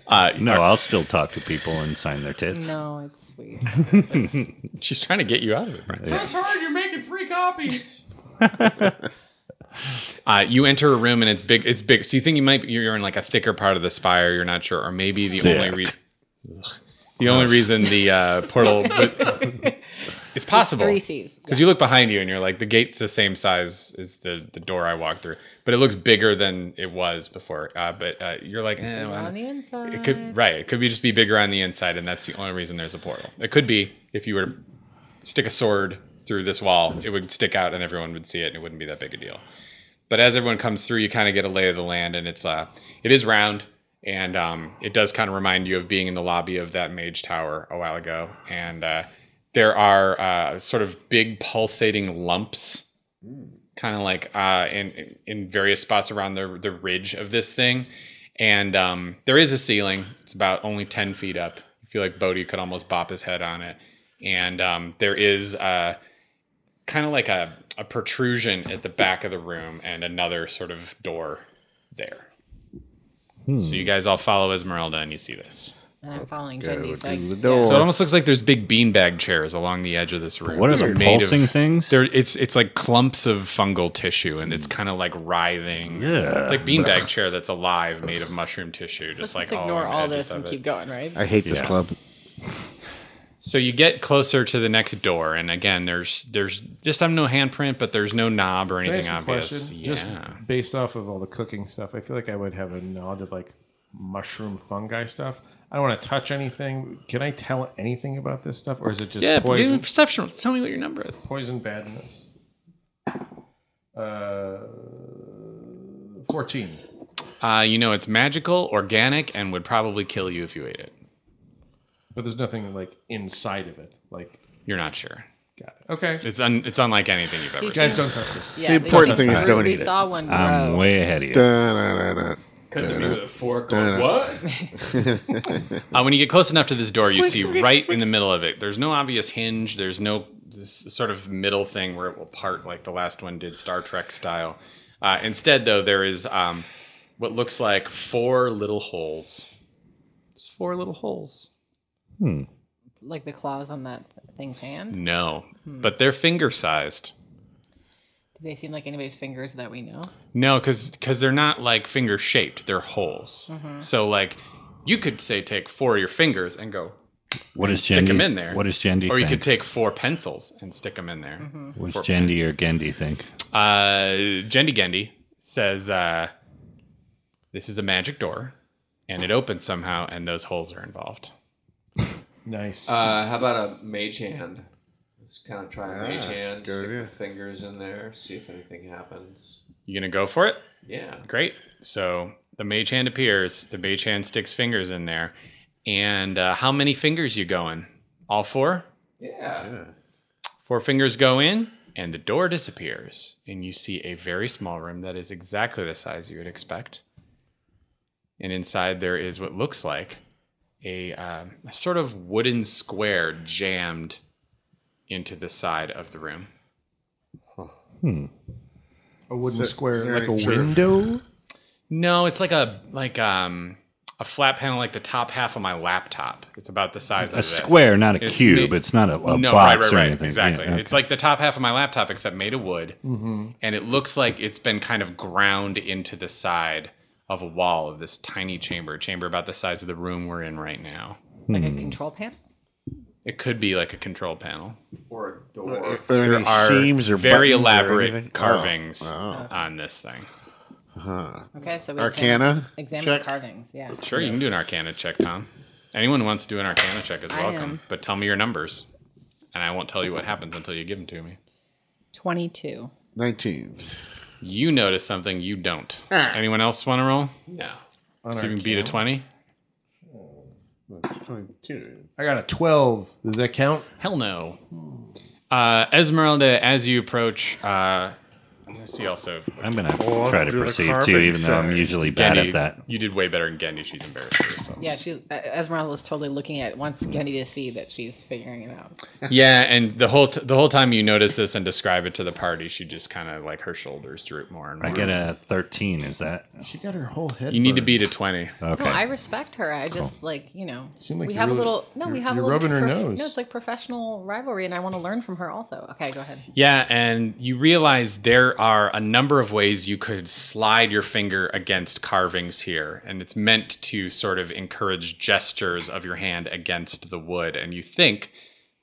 [SPEAKER 4] Uh,
[SPEAKER 1] No, I'll still talk to people and sign their tits.
[SPEAKER 2] no, it's sweet.
[SPEAKER 4] she's trying to get you out of it, Brian.
[SPEAKER 5] That's hard. You're making three copies.
[SPEAKER 4] Uh, you enter a room and it's big. It's big. So you think you might be, you're in like a thicker part of the spire. You're not sure, or maybe the only reason the only reason the uh, portal. But it's possible
[SPEAKER 2] Three C's.
[SPEAKER 4] because you look behind you and you're like the gate's the same size as the the door I walked through, but it looks bigger than it was before. Uh, but uh, you're like, eh, well,
[SPEAKER 2] On the inside.
[SPEAKER 4] it could right. It could be just be bigger on the inside, and that's the only reason there's a portal. It could be if you were to stick a sword through this wall, it would stick out, and everyone would see it, and it wouldn't be that big a deal. But as everyone comes through, you kind of get a lay of the land, and it's uh, it is round, and um, it does kind of remind you of being in the lobby of that mage tower a while ago, and uh, there are uh, sort of big pulsating lumps kind of like uh, in in various spots around the the ridge of this thing, and um, there is a ceiling. It's about only ten feet up. I feel like Bodhi could almost bop his head on it, and um, there is uh, kind of like a a protrusion at the back of the room and another sort of door there. So you guys all follow Esmeralda, and you see this.
[SPEAKER 2] And I'm following
[SPEAKER 3] Go
[SPEAKER 2] Jindy, so I
[SPEAKER 3] to the
[SPEAKER 2] can't-
[SPEAKER 3] door.
[SPEAKER 4] So it almost looks like there's big beanbag chairs along the edge of this room.
[SPEAKER 1] What are
[SPEAKER 4] They're
[SPEAKER 1] the
[SPEAKER 4] made
[SPEAKER 1] pulsing
[SPEAKER 4] of-
[SPEAKER 1] things?
[SPEAKER 4] They're, it's it's like clumps of fungal tissue, and
[SPEAKER 6] Mm.
[SPEAKER 4] it's kind of like writhing.
[SPEAKER 1] Yeah.
[SPEAKER 4] it's like beanbag chair that's alive, made of mushroom tissue.
[SPEAKER 2] Let's
[SPEAKER 4] Just like
[SPEAKER 2] just ignore
[SPEAKER 4] on
[SPEAKER 2] all
[SPEAKER 4] edges
[SPEAKER 2] this and
[SPEAKER 4] of it.
[SPEAKER 2] keep going, right?
[SPEAKER 7] I hate this
[SPEAKER 1] Yeah.
[SPEAKER 7] club.
[SPEAKER 4] So you get closer to the next door, and again, there's there's just I'm no handprint, but there's no knob or
[SPEAKER 6] Can I
[SPEAKER 4] anything
[SPEAKER 6] ask a
[SPEAKER 4] obvious.
[SPEAKER 6] question?
[SPEAKER 4] Yeah.
[SPEAKER 6] Just based off of all the cooking stuff, I feel like I would have a nod of like mushroom fungi stuff. I don't want to touch anything. Can I tell anything about this stuff, or is it just
[SPEAKER 4] yeah, but these are
[SPEAKER 6] poison?
[SPEAKER 4] perceptual. Tell me what your number is.
[SPEAKER 6] Poison badness. Uh, fourteen.
[SPEAKER 4] Uh, you know, it's magical, organic, and would probably kill you if you ate it.
[SPEAKER 6] But there's nothing like inside of it. Like,
[SPEAKER 4] You're not sure.
[SPEAKER 6] got it. Okay,
[SPEAKER 4] It's un, it's unlike anything you've ever.
[SPEAKER 2] These
[SPEAKER 4] seen.
[SPEAKER 6] guys, don't touch this.
[SPEAKER 2] Yeah,
[SPEAKER 7] The important thing is don't
[SPEAKER 2] we
[SPEAKER 7] eat it.
[SPEAKER 2] saw one grow.
[SPEAKER 4] Um,
[SPEAKER 1] I'm way ahead of you.
[SPEAKER 7] Da-na-na-na.
[SPEAKER 5] Cut to me with a fork. Or, what?
[SPEAKER 4] Uh, when you get close enough to this door, you see right in the middle of it. There's no obvious hinge. There's no this sort of middle thing where it will part like the last one did, Star Trek style. Uh, instead, though, there is um, what looks like four little holes. It's four little holes.
[SPEAKER 2] like the claws on that thing's hand.
[SPEAKER 4] No, but they're finger sized.
[SPEAKER 2] Do they seem like anybody's fingers that we know?
[SPEAKER 4] No, because they're not like finger shaped. They're holes. So like you could say take four of your fingers and go
[SPEAKER 1] What is
[SPEAKER 4] stick
[SPEAKER 1] Gendy?
[SPEAKER 4] them in there.
[SPEAKER 1] What does Gendy
[SPEAKER 4] Or you
[SPEAKER 1] think?
[SPEAKER 4] could take four pencils and stick them in there.
[SPEAKER 1] what does Gendy or Gendy think?
[SPEAKER 4] Uh, Gendy Gendy says, uh, "This is a magic door, and it opens somehow, and those holes are involved."
[SPEAKER 6] Nice.
[SPEAKER 5] Uh, how about a mage hand? Let's kind of try a mage hand.
[SPEAKER 7] Ah, good
[SPEAKER 5] Stick
[SPEAKER 7] idea.
[SPEAKER 5] the fingers in there. See if anything happens.
[SPEAKER 4] You gonna go for it?
[SPEAKER 5] Yeah.
[SPEAKER 4] Great. So the mage hand appears. The mage hand sticks fingers in there, and uh, how many fingers you going? All four.
[SPEAKER 5] Yeah.
[SPEAKER 4] Four fingers go in, and the door disappears, and you see a very small room that is exactly the size you would expect. And inside there is what looks like a, um, a sort of wooden square jammed into the side of the room.
[SPEAKER 6] a wooden
[SPEAKER 7] is
[SPEAKER 6] square,
[SPEAKER 7] there
[SPEAKER 6] like
[SPEAKER 7] any-
[SPEAKER 6] a
[SPEAKER 7] sure.
[SPEAKER 6] window.
[SPEAKER 4] No, it's like a like um a flat panel like the top half of my laptop. It's about the size of
[SPEAKER 1] A
[SPEAKER 4] this.
[SPEAKER 1] square, not a cube.
[SPEAKER 4] ma-
[SPEAKER 1] It's not a, a
[SPEAKER 4] no,
[SPEAKER 1] box
[SPEAKER 4] right, right,
[SPEAKER 1] or
[SPEAKER 4] right.
[SPEAKER 1] anything.
[SPEAKER 4] Exactly.
[SPEAKER 1] Yeah, okay. Mm-hmm.
[SPEAKER 4] It's like the top half of my laptop, except made of wood, and it looks like it's been kind of ground into the side of a wall of this tiny chamber, a chamber about the size of the room we're in right now.
[SPEAKER 2] Like
[SPEAKER 4] Hmm.
[SPEAKER 2] a control panel?
[SPEAKER 4] It could be like a control panel.
[SPEAKER 5] or a door.
[SPEAKER 7] Are there any
[SPEAKER 4] Are
[SPEAKER 7] seams or
[SPEAKER 4] very
[SPEAKER 7] buttons or
[SPEAKER 4] elaborate
[SPEAKER 7] anything?
[SPEAKER 4] carvings
[SPEAKER 7] Oh, wow.
[SPEAKER 4] on this thing.
[SPEAKER 2] Okay, so we
[SPEAKER 7] Arcana
[SPEAKER 2] Examine, examine
[SPEAKER 7] check?
[SPEAKER 2] the carvings, yeah.
[SPEAKER 4] Sure, you can do an Arcana check, Tom. Anyone who wants to do an Arcana check is
[SPEAKER 2] I
[SPEAKER 4] welcome.
[SPEAKER 2] am.
[SPEAKER 4] But tell me your numbers, and I won't tell you what happens until you give them to me.
[SPEAKER 2] 22.
[SPEAKER 7] 19.
[SPEAKER 4] You notice something you don't. Anyone else want to roll?
[SPEAKER 5] No.
[SPEAKER 4] See if you can beat a twenty.
[SPEAKER 6] I got a 12. Does that count?
[SPEAKER 4] Hell no. Uh, Esmeralda, as you approach, uh, I'm gonna see also.
[SPEAKER 1] I'm gonna
[SPEAKER 7] Or
[SPEAKER 1] try to
[SPEAKER 7] do the
[SPEAKER 1] perceive
[SPEAKER 7] carpet
[SPEAKER 1] too, even though I'm
[SPEAKER 7] side.
[SPEAKER 1] usually bad
[SPEAKER 4] Gendy,
[SPEAKER 1] at that.
[SPEAKER 4] you did way better than Gendy. She's embarrassed for herself.
[SPEAKER 2] Yeah, she uh, Esmeralda was totally looking at once Gendy to see that she's figuring it out.
[SPEAKER 4] Yeah, and the whole t- the whole time you notice this and describe it to the party, she just kind of like her shoulders droop more and more.
[SPEAKER 1] I get a 13. Is that
[SPEAKER 6] She got her whole head.
[SPEAKER 4] You need to
[SPEAKER 6] burned.
[SPEAKER 4] beat a twenty.
[SPEAKER 1] okay?
[SPEAKER 2] No, I respect her. I just like you know
[SPEAKER 6] Seem like
[SPEAKER 2] we
[SPEAKER 6] you're
[SPEAKER 2] have
[SPEAKER 6] really-
[SPEAKER 2] a little no we
[SPEAKER 6] you're-
[SPEAKER 2] have
[SPEAKER 6] you're
[SPEAKER 2] a little bit
[SPEAKER 6] rubbing her
[SPEAKER 2] prof-
[SPEAKER 6] nose.
[SPEAKER 2] No, it's like professional rivalry, and I want to learn from her also. Okay, go ahead.
[SPEAKER 4] Yeah, and you realize there are a number of ways you could slide your finger against carvings here, and it's meant to sort of encourage gestures of your hand against the wood. And you think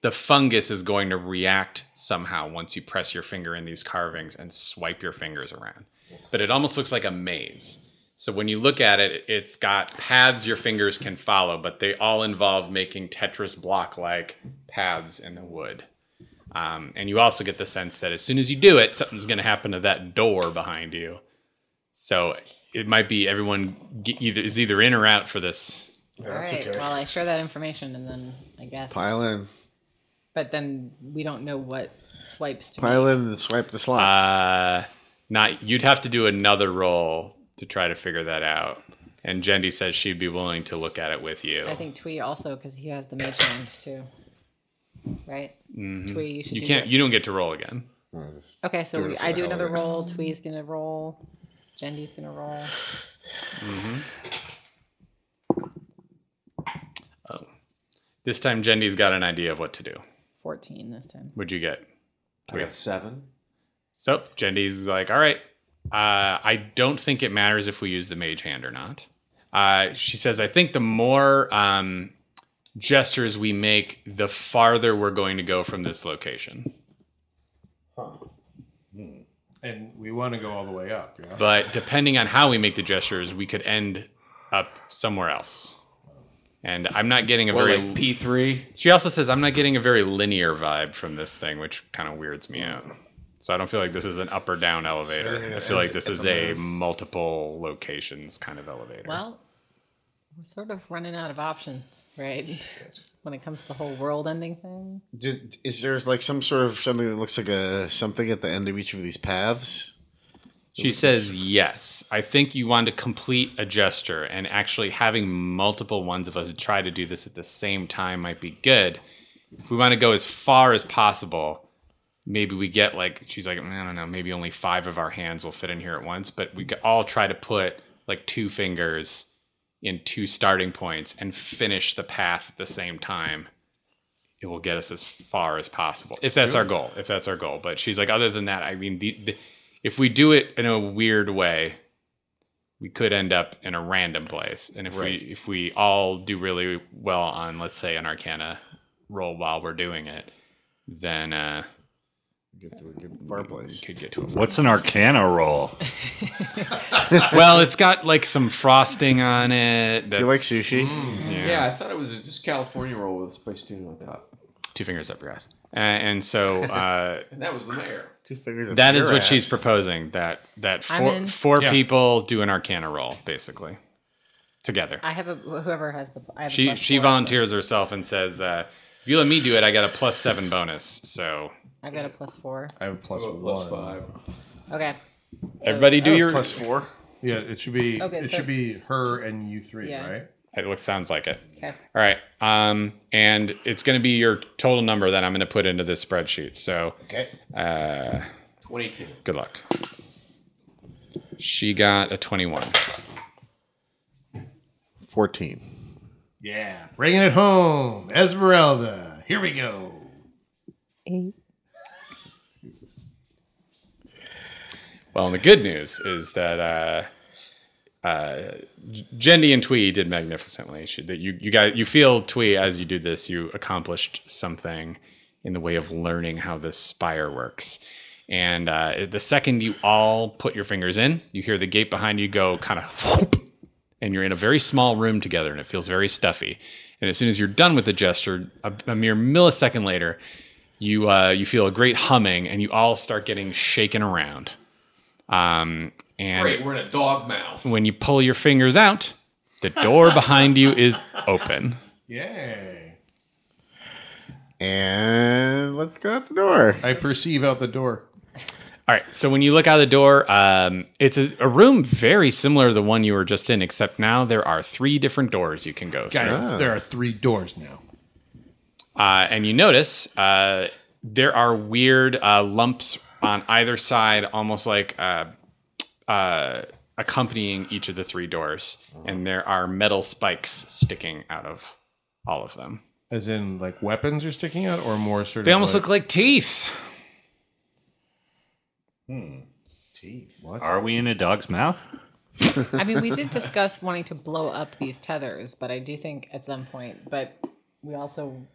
[SPEAKER 4] the fungus is going to react somehow once you press your finger in these carvings and swipe your fingers around. But it almost looks like a maze. So when you look at it, it's got paths your fingers can follow, but they all involve making Tetris block like paths in the wood. Um, and you also get the sense that as soon as you do it, something's going to happen to that door behind you. So it might be everyone ge- either is either in or out for this.
[SPEAKER 2] All right.
[SPEAKER 7] okay.
[SPEAKER 2] Well, I share that information, and then I guess.
[SPEAKER 7] Pile in.
[SPEAKER 2] But then we don't know what swipes to.
[SPEAKER 7] Pile in and swipe the slots.
[SPEAKER 4] Uh, not you'd have to do another roll to try to figure that out. And Jendi says she'd be willing to look at it with you.
[SPEAKER 2] I think Twee also because he has the mage hand too. Right. Twee, you should.
[SPEAKER 4] Mm-hmm. you
[SPEAKER 2] do
[SPEAKER 4] can't.
[SPEAKER 2] it.
[SPEAKER 4] You don't get to roll again.
[SPEAKER 2] okay, so
[SPEAKER 7] do it
[SPEAKER 2] we,
[SPEAKER 7] for
[SPEAKER 2] I
[SPEAKER 7] the
[SPEAKER 2] do
[SPEAKER 7] hell of
[SPEAKER 2] another
[SPEAKER 7] it.
[SPEAKER 2] roll. Twee's gonna roll. Jendy's gonna roll.
[SPEAKER 4] This time, Jendy's got an idea of what to do.
[SPEAKER 2] Fourteen this time.
[SPEAKER 4] What'd you get?
[SPEAKER 5] I got seven.
[SPEAKER 4] So Jendy's like, all right, uh, I don't think it matters if we use the mage hand or not. Uh, she says, I think the more um, gestures we make, the farther we're going to go from this location.
[SPEAKER 6] And we want to go all the way up. Yeah.
[SPEAKER 4] But depending on how we make the gestures, we could end up somewhere else. And I'm not getting a
[SPEAKER 5] Or
[SPEAKER 4] very.
[SPEAKER 5] like P three.
[SPEAKER 4] she also says, I'm not getting a very linear vibe from this thing, which kind of weirds me out. So I don't feel like this is an up or down elevator. I feel like this is a multiple locations kind of elevator.
[SPEAKER 2] Well, we're sort of running out of options, right? When it comes to the whole world ending thing.
[SPEAKER 7] Do, is there like some sort of something that looks like a something at the end of each of these paths?
[SPEAKER 4] She says yes. I think you want to complete a gesture, and actually having multiple ones of us try to do this at the same time might be good. If we want to go as far as possible, maybe we get like she's like I don't know, maybe only five of our hands will fit in here at once, but we could all try to put like two fingers in two starting points and finish the path at the same time. It will get us as far as possible if that's our goal. If that's our goal, but she's like, other than that, I mean, the, the, if we do it in a weird way, we could end up in a random place. And if we if we all do really well on let's say an Arcana roll while we're doing it, then uh,
[SPEAKER 7] Get to a good far place.
[SPEAKER 4] could get to a
[SPEAKER 1] What's an Arcana roll?
[SPEAKER 4] well, it's got like some frosting on it.
[SPEAKER 7] Do you like
[SPEAKER 4] that's-
[SPEAKER 7] sushi?
[SPEAKER 4] Mm.
[SPEAKER 5] Yeah. I thought it was a just California roll with a spicy tuna on top,
[SPEAKER 4] Two fingers up your ass. Uh, and so uh,
[SPEAKER 5] and that was the mayor.
[SPEAKER 7] Two fingers. up
[SPEAKER 4] that is
[SPEAKER 7] your
[SPEAKER 4] what
[SPEAKER 7] ass.
[SPEAKER 4] she's proposing. That that
[SPEAKER 2] I'm
[SPEAKER 4] four
[SPEAKER 2] in.
[SPEAKER 4] four
[SPEAKER 6] Yeah.
[SPEAKER 4] people do an Arcana roll basically together.
[SPEAKER 2] I have a whoever has the. I have a
[SPEAKER 4] She
[SPEAKER 2] plus
[SPEAKER 4] she
[SPEAKER 2] four, so
[SPEAKER 4] volunteers herself and says, uh, "If you let me do it, I got a plus seven bonus." So
[SPEAKER 2] I've got a plus four.
[SPEAKER 6] I have a plus one.
[SPEAKER 5] Plus five.
[SPEAKER 2] Okay.
[SPEAKER 4] everybody
[SPEAKER 2] oh.
[SPEAKER 4] do your.
[SPEAKER 7] plus four.
[SPEAKER 6] Yeah, it should be.
[SPEAKER 2] Okay,
[SPEAKER 6] it
[SPEAKER 2] so-
[SPEAKER 6] should be her and you three,
[SPEAKER 2] Yeah.
[SPEAKER 6] right?
[SPEAKER 4] It looks sounds like it.
[SPEAKER 2] Okay.
[SPEAKER 4] All right, um, and it's going to be your total number that I'm going to put into this spreadsheet. So
[SPEAKER 8] Okay.
[SPEAKER 5] Twenty-two.
[SPEAKER 4] good luck. She got a 21.
[SPEAKER 7] 14.
[SPEAKER 6] Yeah, bringing it home, Esmeralda. Here we go.
[SPEAKER 10] Eight.
[SPEAKER 4] Well, and the good news is that uh, uh, Jendy and Twee did magnificently. She, that you you got you feel Twee as you do this, you accomplished something in the way of learning how this spire works. And uh, the second you all put your fingers in, you hear the gate behind you go kind of, whoop, and you're in a very small room together, and it feels very stuffy. And as soon as you're done with the gesture, a, a mere millisecond later, you uh, you feel a great humming, and you all start getting shaken around. Um, and
[SPEAKER 5] Great, we're in a dog mouth.
[SPEAKER 4] when you pull your fingers out, the door behind you is open.
[SPEAKER 6] Yay!
[SPEAKER 7] And let's go out the door.
[SPEAKER 6] I perceive out the door.
[SPEAKER 4] All right. So when you look out the door, um, it's a, a room very similar to the one you were just in, except now there are three different doors you can go through.
[SPEAKER 6] Guys, there are three doors now.
[SPEAKER 4] Uh, and you notice uh, there are weird uh, lumps on either side, almost like uh, uh, accompanying each of the three doors. And there are metal spikes sticking out of all of them.
[SPEAKER 6] As in, like weapons are sticking out, or more sort of.
[SPEAKER 4] They almost look like teeth.
[SPEAKER 1] Are we in a dog's mouth?
[SPEAKER 2] I mean, we did discuss wanting to blow up these tethers, but I do think at some point, but we also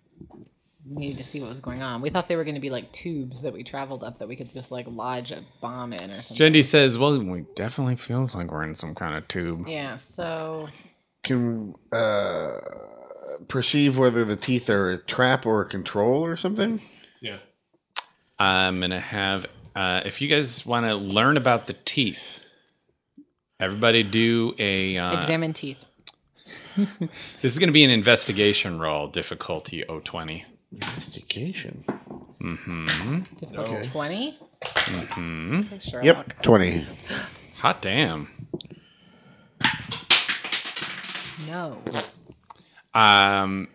[SPEAKER 2] needed to see what was going on. We thought they were going to be like tubes that we traveled up that we could just like lodge a bomb in or something.
[SPEAKER 4] Jendi says, "Well, we definitely feels like we're in some kind of tube."
[SPEAKER 2] Yeah, so
[SPEAKER 7] Can uh, perceive whether the teeth are a trap or a control or something.
[SPEAKER 6] Yeah.
[SPEAKER 4] I'm gonna have uh, if you guys want to learn about the teeth, everybody do a. Uh,
[SPEAKER 2] examine teeth.
[SPEAKER 4] this is gonna be an investigation roll, difficulty 020.
[SPEAKER 7] Investigation.
[SPEAKER 2] Difficulty 20? Mm-hmm. Sure, I'll-
[SPEAKER 7] Yep, 20.
[SPEAKER 4] Hot damn!
[SPEAKER 2] No.
[SPEAKER 4] Um,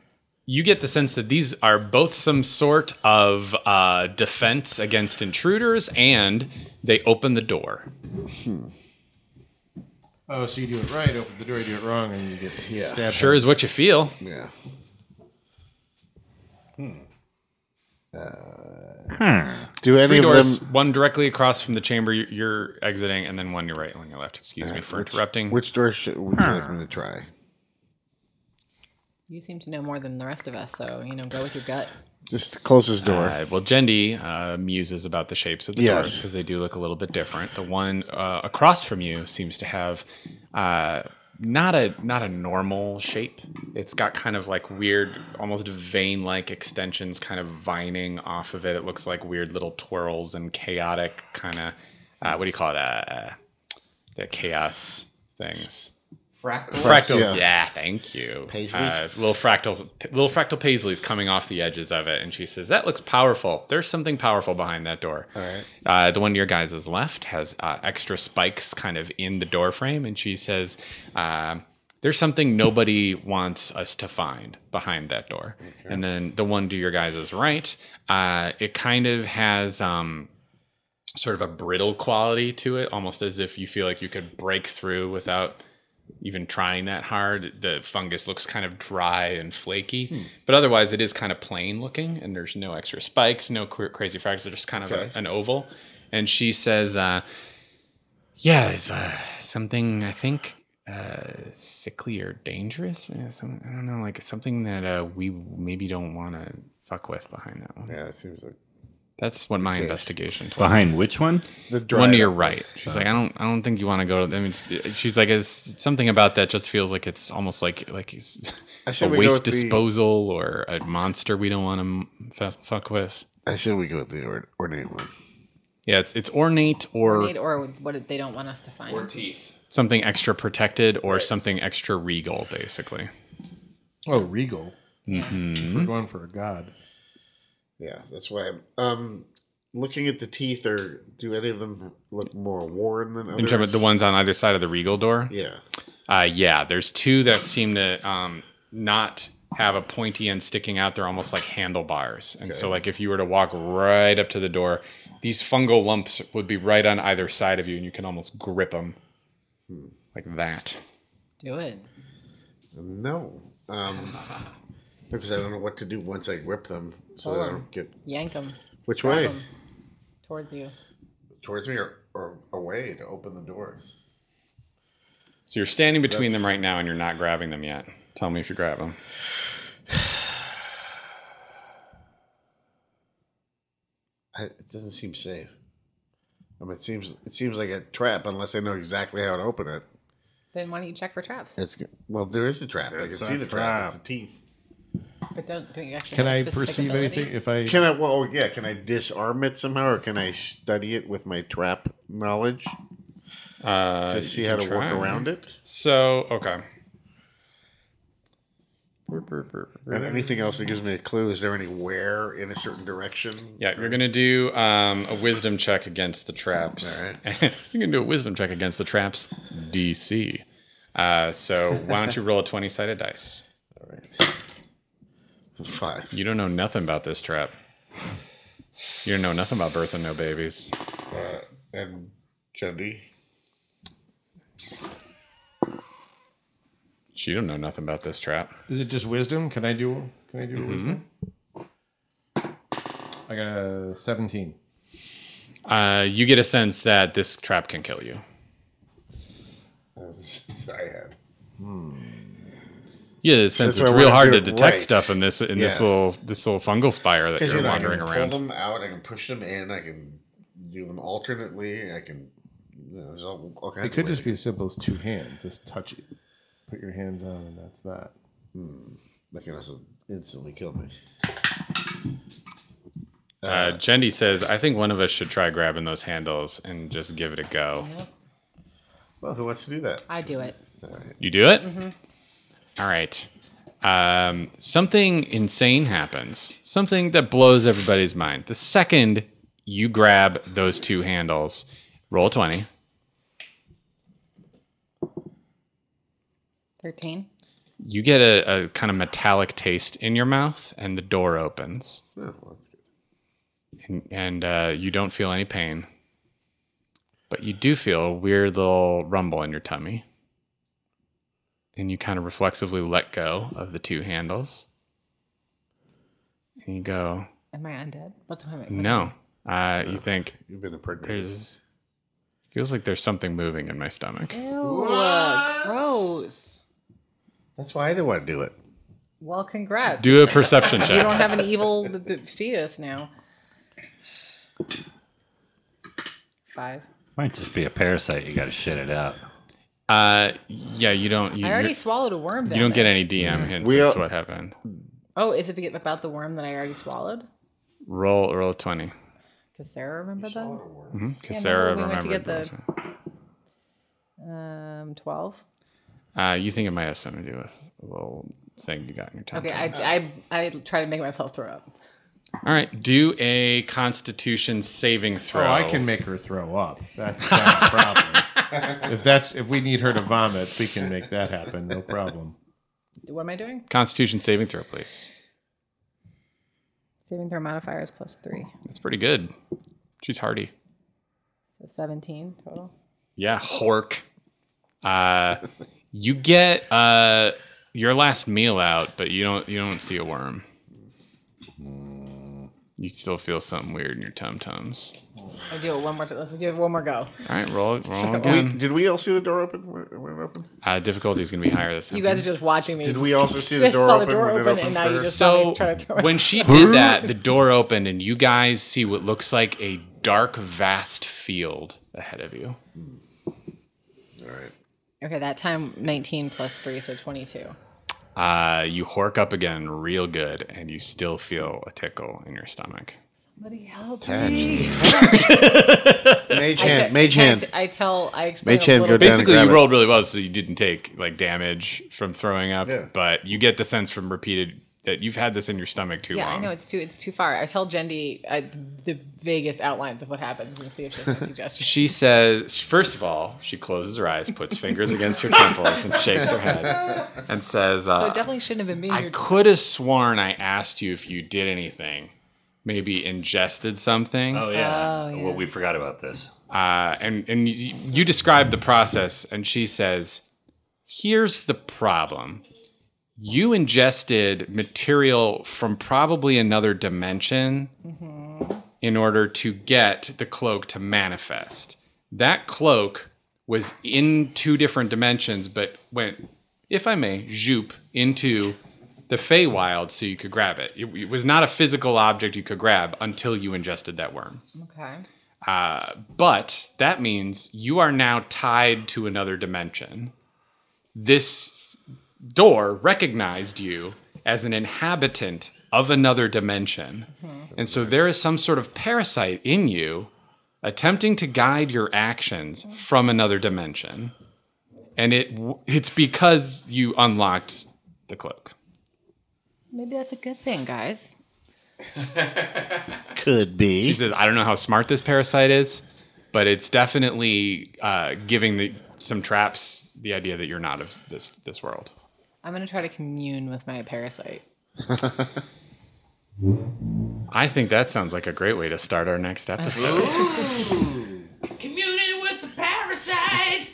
[SPEAKER 4] you get the sense that these are both some sort of uh, defense against intruders, and they open the door.
[SPEAKER 6] Oh, so you do it right, opens the door, you do it wrong, and you get stabbed.
[SPEAKER 4] Sure is what you feel.
[SPEAKER 7] Yeah.
[SPEAKER 1] Hmm.
[SPEAKER 7] Do any
[SPEAKER 4] Three
[SPEAKER 7] of
[SPEAKER 4] doors,
[SPEAKER 7] them.
[SPEAKER 4] one directly across from the chamber you- you're exiting, and then one you're right, one you're left. Excuse me for interrupting.
[SPEAKER 7] Which door should would you like me to try?
[SPEAKER 2] You seem to know more than the rest of us, so, you know, go with your gut.
[SPEAKER 7] Just the closest door.
[SPEAKER 4] Uh, well, Jendi uh, muses about the shapes of the
[SPEAKER 7] Yes.
[SPEAKER 4] doors because they do look a little bit different. The one uh, across from you seems to have uh, not a not a normal shape. It's got kind of like weird, almost vein-like extensions, kind of vining off of it. It looks like weird little twirls and chaotic kind of uh, what do you call it? Uh, the chaos things.
[SPEAKER 5] Fractal.
[SPEAKER 4] fractals.
[SPEAKER 7] Yeah.
[SPEAKER 4] Yeah. thank you.
[SPEAKER 7] Paisleys?
[SPEAKER 4] Uh, little fractals, little fractal paisleys coming off the edges of it, and she says, "That looks powerful. There's something powerful behind that door." All right. Uh, the one to your guys' is left has uh, extra spikes kind of in the door frame, and she says, um, "There's something nobody wants us to find behind that door." And then the one to your guys' is right, uh, it kind of has. Um, sort of a brittle quality to it, almost as if you feel like you could break through without even trying that hard. The fungus looks kind of dry and flaky,
[SPEAKER 7] Hmm.
[SPEAKER 4] but otherwise it is kind of plain looking, and there's no extra spikes, no cra- crazy fractures, just kind of a- an oval. And she says, uh, "Yeah, it's uh, something I think." Uh, sickly or dangerous? Yeah, some, I don't know, like something that uh, we maybe don't want to fuck with behind that one.
[SPEAKER 7] yeah, it seems like.
[SPEAKER 4] That's what my investigation told me
[SPEAKER 1] Behind which one?
[SPEAKER 7] The
[SPEAKER 4] one
[SPEAKER 7] dried
[SPEAKER 4] to your
[SPEAKER 7] up.
[SPEAKER 4] right. She's like, I don't, I don't think you want to go. To, I mean, it's- she's like, it's something about that just feels like it's almost like like it's
[SPEAKER 7] I say
[SPEAKER 4] a
[SPEAKER 7] we go with
[SPEAKER 4] waste
[SPEAKER 7] the-
[SPEAKER 4] disposal or a monster we don't want to f- fuck with.
[SPEAKER 7] I said we go with the or- ornate one.
[SPEAKER 4] Yeah, it's it's ornate or
[SPEAKER 2] Need or with what they don't want us to find.
[SPEAKER 5] Or teeth.
[SPEAKER 4] something extra protected or something extra regal, basically.
[SPEAKER 6] Oh, regal. Mm-hmm. We're going for a god.
[SPEAKER 7] Yeah, that's why I'm um, looking at the teeth. Or do any of them look more worn than
[SPEAKER 4] In
[SPEAKER 7] others?
[SPEAKER 4] terms of the ones on either side of the regal door,
[SPEAKER 7] Yeah,
[SPEAKER 4] Uh, yeah, there's two that seem to um, not have a pointy end sticking out. They're almost like handlebars. And so, like, if you were to walk right up to the door, these fungal lumps would be right on either side
[SPEAKER 7] Hmm.
[SPEAKER 4] of you, and you can almost grip them like that.
[SPEAKER 2] Do it.
[SPEAKER 7] No, um, because I don't know what to do once I whip them, so that I
[SPEAKER 2] Pull 'em.
[SPEAKER 7] don't get
[SPEAKER 2] Yank them
[SPEAKER 7] which way
[SPEAKER 2] towards you.
[SPEAKER 7] towards me or, or away to open the doors.
[SPEAKER 4] So you're standing between them
[SPEAKER 7] That's-
[SPEAKER 4] right now, and you're not grabbing them yet. Tell me if you grab them.
[SPEAKER 7] I, it doesn't seem safe. I mean, it seems it seems like a trap unless I know exactly how to open it.
[SPEAKER 2] Then why don't you check for traps?
[SPEAKER 7] It's g- well, there is a trap. I can
[SPEAKER 3] It's a
[SPEAKER 7] see the trap. It's
[SPEAKER 3] trap.
[SPEAKER 7] the teeth.
[SPEAKER 2] But don't, don't you actually
[SPEAKER 6] Can
[SPEAKER 2] have a
[SPEAKER 6] I
[SPEAKER 2] specific
[SPEAKER 6] perceive
[SPEAKER 2] ability?
[SPEAKER 6] anything if I?
[SPEAKER 7] Can I? Well, oh, yeah. Can I disarm it somehow, or can I study it with my trap knowledge
[SPEAKER 4] Uh,
[SPEAKER 7] to
[SPEAKER 4] you
[SPEAKER 7] see how
[SPEAKER 4] can
[SPEAKER 7] to work
[SPEAKER 4] try.
[SPEAKER 7] around it?
[SPEAKER 4] So okay. Burp, burp, burp, burp.
[SPEAKER 7] And anything else that gives me a clue? Is there any where in a certain direction?
[SPEAKER 4] Yeah, you're gonna do um, a wisdom check against the traps.
[SPEAKER 7] All right.
[SPEAKER 4] you're gonna do a wisdom check against the traps. DC. Uh, so why don't you roll a twenty-sided dice?
[SPEAKER 7] All right. Five.
[SPEAKER 4] You don't know nothing about this trap. You don't know nothing about birthing no babies.
[SPEAKER 7] And Jendi.
[SPEAKER 4] You don't know nothing about this trap.
[SPEAKER 6] Is it just wisdom? Can I do? Can I do
[SPEAKER 4] Mm-hmm.
[SPEAKER 6] a wisdom? I got a seventeen.
[SPEAKER 4] Uh, you get a sense that this trap can kill you.
[SPEAKER 7] That was I had.
[SPEAKER 4] Yeah, the sense
[SPEAKER 7] That's why
[SPEAKER 4] it's
[SPEAKER 7] I
[SPEAKER 4] real
[SPEAKER 7] wanna
[SPEAKER 4] hard
[SPEAKER 7] do
[SPEAKER 4] to
[SPEAKER 7] it
[SPEAKER 4] detect
[SPEAKER 7] right.
[SPEAKER 4] stuff in this in this
[SPEAKER 7] Yeah.
[SPEAKER 4] little this little fungal spire that
[SPEAKER 7] Because
[SPEAKER 4] you're
[SPEAKER 7] you know, I
[SPEAKER 4] wandering
[SPEAKER 7] can
[SPEAKER 4] around.
[SPEAKER 7] pull them out, I can push them in, I can do them alternately, I can. You know, there's all, all kinds.
[SPEAKER 6] It could
[SPEAKER 7] of ways.
[SPEAKER 6] just be as simple as two hands. Just touch it, put your hands on, and that's that.
[SPEAKER 7] That can also instantly kill me.
[SPEAKER 4] Uh, Jendi says, "I think one of us should try grabbing those handles and just give it a go."
[SPEAKER 7] Well, who wants to do that?
[SPEAKER 2] I do it.
[SPEAKER 4] You do it? All right. Um, something insane happens. Something that blows everybody's mind. The second you grab those two handles, roll a 20.
[SPEAKER 2] 13.
[SPEAKER 4] You get a, a kind of metallic taste in your mouth, and the door opens.
[SPEAKER 7] No, Oh, well, that's good.
[SPEAKER 4] and, and uh, you don't feel any pain, but you do feel a weird little rumble in your tummy. And you kind of reflexively let go of the two handles. And you go,
[SPEAKER 2] Am I undead? What's
[SPEAKER 6] Mm.
[SPEAKER 2] my
[SPEAKER 4] no. Uh, you think,
[SPEAKER 7] Oh, You've been impregnated.
[SPEAKER 4] there's, feels like there's something moving in my stomach.
[SPEAKER 2] Ew, gross.
[SPEAKER 7] That's why I didn't want to do it.
[SPEAKER 2] Well, congrats.
[SPEAKER 4] Do a perception
[SPEAKER 2] you don't
[SPEAKER 4] check.
[SPEAKER 2] have an evil d- d- fetus now. Five.
[SPEAKER 1] Might just be a parasite. You got to shit it out.
[SPEAKER 4] Uh, yeah, you don't. You,
[SPEAKER 2] I already
[SPEAKER 4] you
[SPEAKER 2] swallowed a worm. Down
[SPEAKER 4] don't
[SPEAKER 2] there.
[SPEAKER 4] get any DM hints.
[SPEAKER 7] We
[SPEAKER 4] That's
[SPEAKER 7] all-
[SPEAKER 4] what happened.
[SPEAKER 2] Oh, is it be- about the worm that I already swallowed?
[SPEAKER 4] Roll, roll a twenty.
[SPEAKER 2] Because Sarah remembered that.
[SPEAKER 4] Because Sarah
[SPEAKER 2] we went to
[SPEAKER 4] remembered.
[SPEAKER 2] get Um, twelve.
[SPEAKER 4] Uh, you think it might have something to do with a little thing you got in your tongue.
[SPEAKER 2] Okay, I, I I try to make myself throw up.
[SPEAKER 4] All right, do a Constitution saving throw.
[SPEAKER 6] Oh, I can make her throw up. That's not a problem. if that's if we need her to vomit, we can make that happen. No problem.
[SPEAKER 2] What am I doing?
[SPEAKER 4] Constitution saving throw, please.
[SPEAKER 2] Saving throw modifier is plus three,
[SPEAKER 4] That's pretty good. She's hardy.
[SPEAKER 2] so seventeen total.
[SPEAKER 4] Yeah, hork. Uh, you get uh your last meal out, but you don't you don't see a worm.
[SPEAKER 6] Hmm.
[SPEAKER 4] You still feel something weird in your tum tums.
[SPEAKER 2] I do it one more time. Let's give it one more go.
[SPEAKER 4] All right, roll roll
[SPEAKER 7] We,
[SPEAKER 4] again.
[SPEAKER 7] Mm. did we all see the door open when when it opened?
[SPEAKER 4] Uh, difficulty is going to be higher this time.
[SPEAKER 2] You guys are just watching me.
[SPEAKER 7] Did we also see
[SPEAKER 2] I
[SPEAKER 7] the door
[SPEAKER 2] saw
[SPEAKER 7] open
[SPEAKER 2] the door
[SPEAKER 7] when
[SPEAKER 2] open,
[SPEAKER 7] it
[SPEAKER 2] and
[SPEAKER 7] opened
[SPEAKER 2] now you
[SPEAKER 7] first?
[SPEAKER 2] just saw me try to throw
[SPEAKER 4] So
[SPEAKER 2] it.
[SPEAKER 4] when she did that, the door opened and you guys see what looks like a dark, vast field ahead of you.
[SPEAKER 7] All right.
[SPEAKER 2] okay, that time nineteen plus three, so twenty-two.
[SPEAKER 4] Uh, you hork up again real good and you still feel a tickle in your stomach.
[SPEAKER 2] Somebody help
[SPEAKER 7] Attached.
[SPEAKER 2] me.
[SPEAKER 7] Mage
[SPEAKER 2] I
[SPEAKER 7] hand.
[SPEAKER 2] te-
[SPEAKER 7] Mage
[SPEAKER 2] I te-
[SPEAKER 7] hand.
[SPEAKER 2] I tell. I explain.
[SPEAKER 7] Mage
[SPEAKER 2] a
[SPEAKER 7] hand,
[SPEAKER 2] little
[SPEAKER 7] go down.
[SPEAKER 2] bit.
[SPEAKER 4] Basically,
[SPEAKER 7] grab
[SPEAKER 4] you
[SPEAKER 7] it.
[SPEAKER 4] rolled really well, so you didn't take like damage from throwing up,
[SPEAKER 7] Yeah.
[SPEAKER 4] but you get the sense from repeated that you've had this in your stomach too
[SPEAKER 2] Yeah,
[SPEAKER 4] long.
[SPEAKER 2] I know it's too. It's too far. I tell Jendi uh, the vaguest outlines of what happens and see if she has a suggestion.
[SPEAKER 4] She says, first of all, she closes her eyes, puts fingers against her temples, and shakes her head, and says, uh,
[SPEAKER 2] So it definitely shouldn't have been me.
[SPEAKER 4] I
[SPEAKER 2] who-
[SPEAKER 4] could have sworn I asked you if you did anything, maybe ingested something,
[SPEAKER 1] Oh yeah.
[SPEAKER 2] Oh, yeah.
[SPEAKER 1] Well, we forgot about this.
[SPEAKER 4] uh, and and you, you describe the process, and she says Here's the problem you ingested material from probably another dimension in order to get the cloak to manifest. That cloak was in two different dimensions, but went, if I may, zoop into the Feywild so you could grab it. It, it was not a physical object you could grab until you ingested that worm.
[SPEAKER 2] Okay.
[SPEAKER 4] Uh, but that means you are now tied to another dimension. This door recognized you as an inhabitant of another dimension. And so there is some sort of parasite in you attempting to guide your actions from another dimension. And it w- it's because you unlocked the cloak.
[SPEAKER 2] Maybe that's a good thing, guys.
[SPEAKER 7] Could
[SPEAKER 4] He
[SPEAKER 7] be.
[SPEAKER 4] says, I don't know how smart this parasite is, but it's definitely uh, giving the, some traps the idea that you're not of this this world.
[SPEAKER 2] I'm gonna try to commune with my parasite.
[SPEAKER 4] I think that sounds like a great way to start our next episode.
[SPEAKER 5] Communing with the parasite.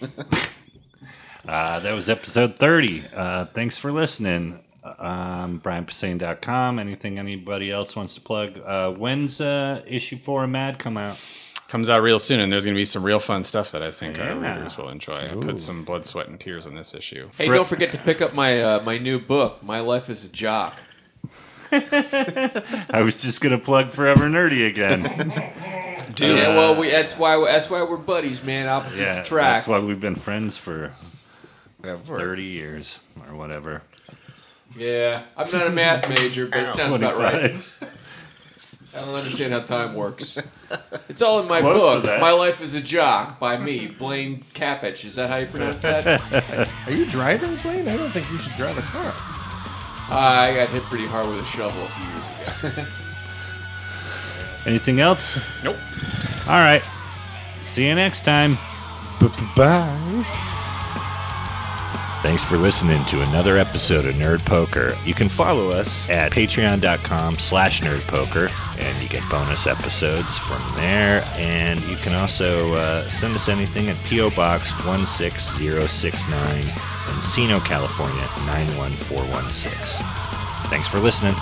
[SPEAKER 1] Uh, that was episode 30. Uh, thanks for listening. Um, BrianPassane.com. Anything anybody else wants to plug? Uh, when's uh, issue 4 of Mad come out?
[SPEAKER 4] Comes out real soon, and there's going to be some real fun stuff that I think our
[SPEAKER 1] Yeah.
[SPEAKER 4] readers will enjoy. I put some blood, sweat, and tears on this issue.
[SPEAKER 5] Hey, don't forget to pick up my uh, my new book, My Life as a Jock.
[SPEAKER 1] I was just going to plug Forever Nerdy again.
[SPEAKER 5] Dude, yeah, well, we that's why that's why we're buddies, man. Opposites
[SPEAKER 1] yeah,
[SPEAKER 5] attract.
[SPEAKER 1] that's why we've been friends for
[SPEAKER 7] Ever.
[SPEAKER 1] 30 years or whatever.
[SPEAKER 5] yeah, I'm not a math major, but it sounds about right.
[SPEAKER 1] 25.
[SPEAKER 5] I don't understand how time works. It's all in my
[SPEAKER 1] Close to
[SPEAKER 5] book,
[SPEAKER 1] that.
[SPEAKER 5] My Life as a Jock, by me, Blaine Capich. Is that how you pronounce that? Uh,
[SPEAKER 6] Are you driving, Blaine? I don't think you should drive a car.
[SPEAKER 5] I got hit pretty hard with a shovel a few years ago.
[SPEAKER 1] Anything else?
[SPEAKER 4] Nope.
[SPEAKER 1] All right. See you next time.
[SPEAKER 7] Bye.
[SPEAKER 1] Thanks for listening to another episode of Nerd Poker. You can follow us at patreon.com slash nerdpoker, and you get bonus episodes from there. And you can also uh, send us anything at P.O. Box 16069, Encino, California 91416. Thanks for listening.